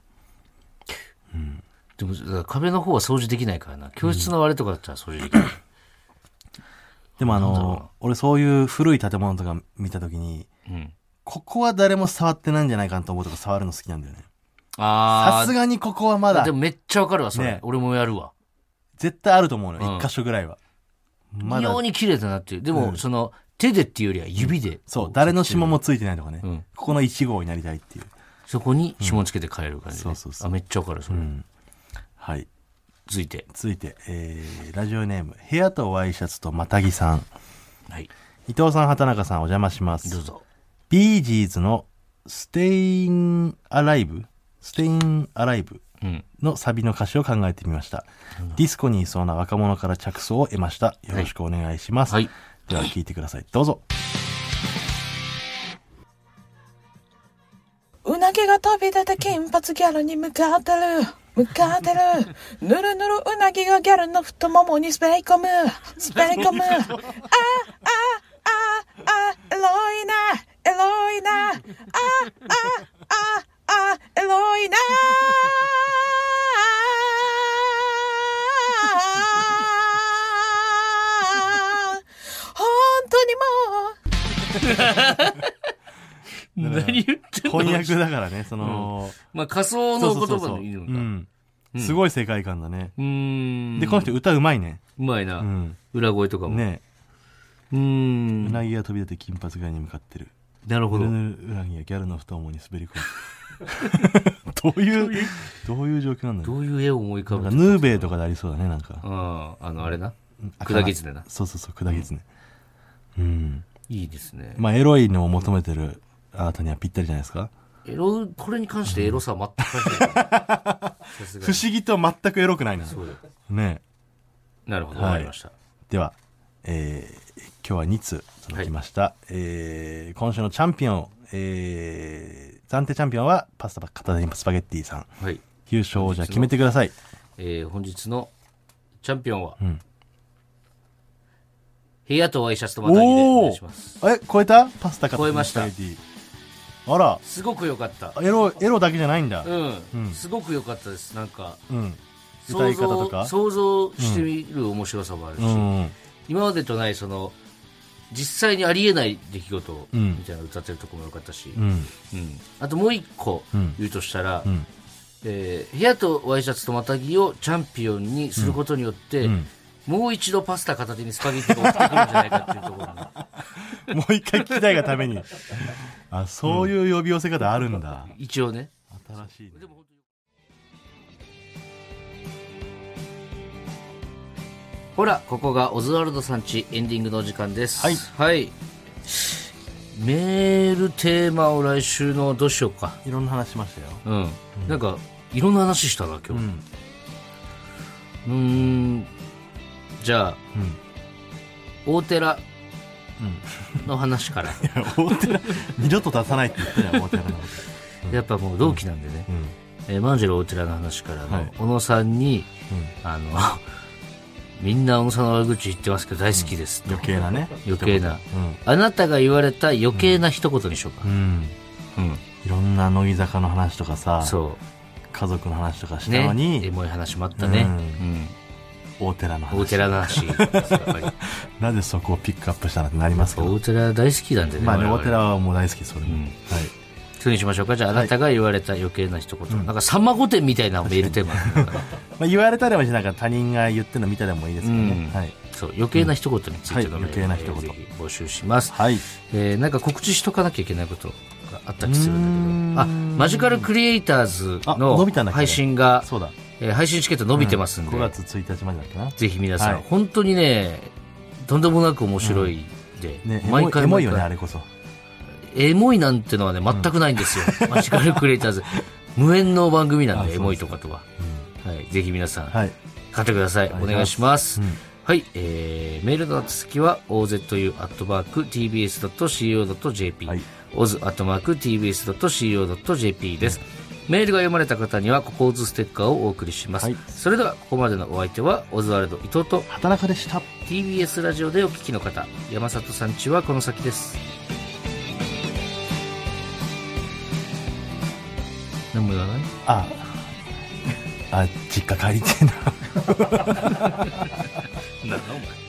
[SPEAKER 1] でもだから壁の方は掃除できないからな教室の割れとかだったら掃除でき ない、
[SPEAKER 2] でもあ
[SPEAKER 1] なんだろうな
[SPEAKER 2] の、俺そういう古い建物とか見たときに、
[SPEAKER 1] うん
[SPEAKER 2] ここは誰も触ってないんじゃないかなと思うとか触るの好きなんだよね。
[SPEAKER 1] ああ
[SPEAKER 2] さすがにここはまだ
[SPEAKER 1] で、もめっちゃわかるわ、それ。
[SPEAKER 2] ね
[SPEAKER 1] 俺もやるわ。
[SPEAKER 2] 絶対あると思うの
[SPEAKER 1] うん
[SPEAKER 2] よ。一箇所ぐらいは。ま
[SPEAKER 1] 非
[SPEAKER 2] だ
[SPEAKER 1] 常、に綺麗だなっていう。でも、
[SPEAKER 2] うん
[SPEAKER 1] その、手でっていうよりは指で。
[SPEAKER 2] そう、誰の指紋もついてないとかね。
[SPEAKER 1] うん
[SPEAKER 2] ここの1号になりたいっていう。
[SPEAKER 1] そこに指紋つけて帰る感じで、
[SPEAKER 2] うんそうそうそう
[SPEAKER 1] あ、めっちゃわかる、それ。
[SPEAKER 2] うんはい。
[SPEAKER 1] 続いて。
[SPEAKER 2] 続いて、えー、ラジオネーム、部屋とワイシャツとまたぎさん。
[SPEAKER 1] はい。
[SPEAKER 2] 伊藤さん、畑中さん、お邪魔しま
[SPEAKER 1] どう
[SPEAKER 2] す。
[SPEAKER 1] ぞ。
[SPEAKER 2] ビージーズのステインアライブステインアライブ
[SPEAKER 1] うん。
[SPEAKER 2] のサビの歌詞を考えてみました。ディスコにいそうな若者から着想を得ました。よろしくお願いします。
[SPEAKER 1] はい。
[SPEAKER 2] では聞いてください。ど うぞ。
[SPEAKER 4] うなぎが旅立て金髪ギャルに向かってる。向かってる。ぬるぬるうなぎがギャルの太ももに滑り込む。滑り込む。あ、あ、あ、あ、エロいな。エロいな。あ、あ、あ、あ、エロいな。本当にもう。
[SPEAKER 1] 何言ってんの
[SPEAKER 2] 翻訳だからね、その、
[SPEAKER 1] まあ、仮想
[SPEAKER 2] そ
[SPEAKER 1] の
[SPEAKER 2] うそ
[SPEAKER 1] 言
[SPEAKER 2] うそうそ
[SPEAKER 1] 葉
[SPEAKER 2] う
[SPEAKER 1] でいいの
[SPEAKER 2] う
[SPEAKER 1] か。
[SPEAKER 2] ん。すごい世界観だね。
[SPEAKER 1] うーん。
[SPEAKER 2] で、この人歌うまいね。
[SPEAKER 1] うまいな、
[SPEAKER 2] うん。
[SPEAKER 1] 裏声とかも。
[SPEAKER 2] ね
[SPEAKER 1] うー。
[SPEAKER 2] うんなぎが飛び出て金髪街に向かってる。
[SPEAKER 1] なるほ
[SPEAKER 2] う
[SPEAKER 1] ど。
[SPEAKER 2] ぬるうなぎがギャルの太ももに滑り込む。ど ういう、どういう状況なんだろう
[SPEAKER 1] どういう絵を思い浮か
[SPEAKER 2] なん
[SPEAKER 1] ぶ
[SPEAKER 2] かヌーベイとかでありそうだね、なんか。
[SPEAKER 1] ああ、あの、あれな。
[SPEAKER 2] あ
[SPEAKER 1] 砕き狐な
[SPEAKER 2] そうそうそう、砕きつね。うん。
[SPEAKER 1] いいですね。
[SPEAKER 2] まあ、エロいのを求めてるあなたにはぴったりじゃないですか。
[SPEAKER 1] エロ、これに関してエロさは全く 感じない。さすが
[SPEAKER 2] 不
[SPEAKER 1] に。
[SPEAKER 2] 思議と全くエロくないな。
[SPEAKER 1] そうだよ
[SPEAKER 2] ね
[SPEAKER 1] なるほど、
[SPEAKER 2] はい
[SPEAKER 1] わかりました。
[SPEAKER 2] では、えー今日は2通届きました。えー今週のチャンピオン、ええー、暫定チャンピオンはパスタ片手にスパゲッティさん。
[SPEAKER 1] はい。
[SPEAKER 2] 優勝をじゃあ決めてください。
[SPEAKER 1] えー本日のチャンピオンは、
[SPEAKER 2] ん
[SPEAKER 1] 部屋とワイシャツとまたぎでお願いします。
[SPEAKER 2] え、超えたパスタ片
[SPEAKER 1] 超
[SPEAKER 2] 手
[SPEAKER 1] えま
[SPEAKER 2] に
[SPEAKER 1] し
[SPEAKER 2] スパ
[SPEAKER 1] た
[SPEAKER 2] ゲッティ。あら、
[SPEAKER 1] すごく良かった。
[SPEAKER 2] エロ、エロだけじゃないんだ。
[SPEAKER 1] うん、
[SPEAKER 2] うん
[SPEAKER 1] すごく良かったです。なんか、
[SPEAKER 2] うん。歌
[SPEAKER 1] 想
[SPEAKER 2] い方
[SPEAKER 1] 像
[SPEAKER 2] とか。
[SPEAKER 1] 想像してみる面白さもあるし、
[SPEAKER 2] うん。
[SPEAKER 1] 今までとない、その、実際にありえない出来事
[SPEAKER 2] うん
[SPEAKER 1] みたいなの歌ってるとこも良かったし、
[SPEAKER 2] うん。
[SPEAKER 1] うんあともう一個
[SPEAKER 2] うん
[SPEAKER 1] 言うとしたら、
[SPEAKER 2] うん。
[SPEAKER 1] えー部屋とワイシャツとまたぎをチャンピオンにすることによって、
[SPEAKER 2] うん
[SPEAKER 1] もう一度パスタ片手にスパゲッティが送ってくるんじゃないかっていうとこ ろも
[SPEAKER 2] もう一回聞きたいがために。あ、そういう呼び寄せ方あるんだ。
[SPEAKER 1] 一応ね
[SPEAKER 2] 新しいね。
[SPEAKER 1] ほらここがオズワルドさんちエンディングのお時間です
[SPEAKER 2] はい
[SPEAKER 1] はいメールテーマを来週のどうしようか
[SPEAKER 2] いろんな話しましたよ。
[SPEAKER 1] うん、なんかいろんな話したな今
[SPEAKER 2] う
[SPEAKER 1] 日う
[SPEAKER 2] ん。
[SPEAKER 1] んんじゃあ
[SPEAKER 2] うん。
[SPEAKER 1] 大寺
[SPEAKER 2] うん。
[SPEAKER 1] の話から
[SPEAKER 2] 大寺二度と出さないって言ったじゃん大寺の
[SPEAKER 1] やっぱもう同期なんでね、
[SPEAKER 2] うん
[SPEAKER 1] えー万次郎大寺の話からの、
[SPEAKER 2] はい
[SPEAKER 1] 小野さんにあの みんな小野さんの悪口言ってますけど大好きです、
[SPEAKER 2] 余計なね
[SPEAKER 1] 余計な
[SPEAKER 2] うん
[SPEAKER 1] あなたが言われた余計な一言にしようか
[SPEAKER 2] う。ん
[SPEAKER 1] うん。
[SPEAKER 2] いろんな乃木坂の話とかさ
[SPEAKER 1] そ
[SPEAKER 2] 家族の話とかし
[SPEAKER 1] う。
[SPEAKER 2] たの
[SPEAKER 1] ね。エ
[SPEAKER 2] に
[SPEAKER 1] モい話もあったね。
[SPEAKER 2] う
[SPEAKER 1] うん。
[SPEAKER 2] 大寺の
[SPEAKER 1] 大
[SPEAKER 2] 話
[SPEAKER 1] 寺の 話。やっぱり
[SPEAKER 2] なぜそこをピックアップしたのってなりますけど
[SPEAKER 1] 大寺大好きなんでね。
[SPEAKER 2] まあね
[SPEAKER 1] 我
[SPEAKER 2] 大
[SPEAKER 1] 々
[SPEAKER 2] 寺。はもう大好きそれ
[SPEAKER 1] う
[SPEAKER 2] も
[SPEAKER 1] ん
[SPEAKER 2] はい
[SPEAKER 1] それにしましょうか。じゃあ、あなたが言われた余計な一言。なんか、さんま御殿みたいなメールテーマ なんだから。
[SPEAKER 2] まあ言われたりもしながら他人が言ってるの見たりもいいですけど
[SPEAKER 1] うん
[SPEAKER 2] ねはい
[SPEAKER 1] そう。余計な一言についてのメ
[SPEAKER 2] うんはい
[SPEAKER 1] ール、
[SPEAKER 2] 余計な一言
[SPEAKER 1] ぜひ募集します。
[SPEAKER 2] はい
[SPEAKER 1] えーなんか告知しとかなきゃいけないことがあったりするんだけ
[SPEAKER 2] う
[SPEAKER 1] ど。
[SPEAKER 2] ー
[SPEAKER 1] あ、
[SPEAKER 2] ん
[SPEAKER 1] マジカルクリエイターズ
[SPEAKER 2] あ伸びたん
[SPEAKER 1] の
[SPEAKER 2] だっけ
[SPEAKER 1] 配信が、
[SPEAKER 2] そうだ
[SPEAKER 1] えー配信チケット伸びてますんで。
[SPEAKER 2] 5月1日までだっけな
[SPEAKER 1] ぜひ皆さん、
[SPEAKER 2] はい
[SPEAKER 1] 本当にね、とんでもなく面白いで、
[SPEAKER 2] ねエモいエモいよねあれこそ
[SPEAKER 1] エモいなんてのはね、全くないんです よ。マジカルクリエイターズ。無縁の番組なん
[SPEAKER 2] あそう
[SPEAKER 1] で、
[SPEAKER 2] です
[SPEAKER 1] エモいとかとは。
[SPEAKER 2] うん
[SPEAKER 1] はい、ぜひ皆さん、
[SPEAKER 2] はい
[SPEAKER 1] 買ってください。
[SPEAKER 2] お願い
[SPEAKER 1] お
[SPEAKER 2] します
[SPEAKER 1] 願いします。
[SPEAKER 2] うん
[SPEAKER 1] はい、えー、メールの続きは、ozu.tbs.co.jp、
[SPEAKER 2] はい
[SPEAKER 1] oz.tbs.co.jp です。メールが読まれた方には、ここオズステッカーをお送りします。
[SPEAKER 2] はい
[SPEAKER 1] それでは、ここまでのお相手は、オズワルド伊藤と、
[SPEAKER 2] 畑中でした
[SPEAKER 1] TBS ラジオでお聞きの方山里さんちはこの先です何も言わない
[SPEAKER 2] ああ実家帰りてえな
[SPEAKER 1] 何だお前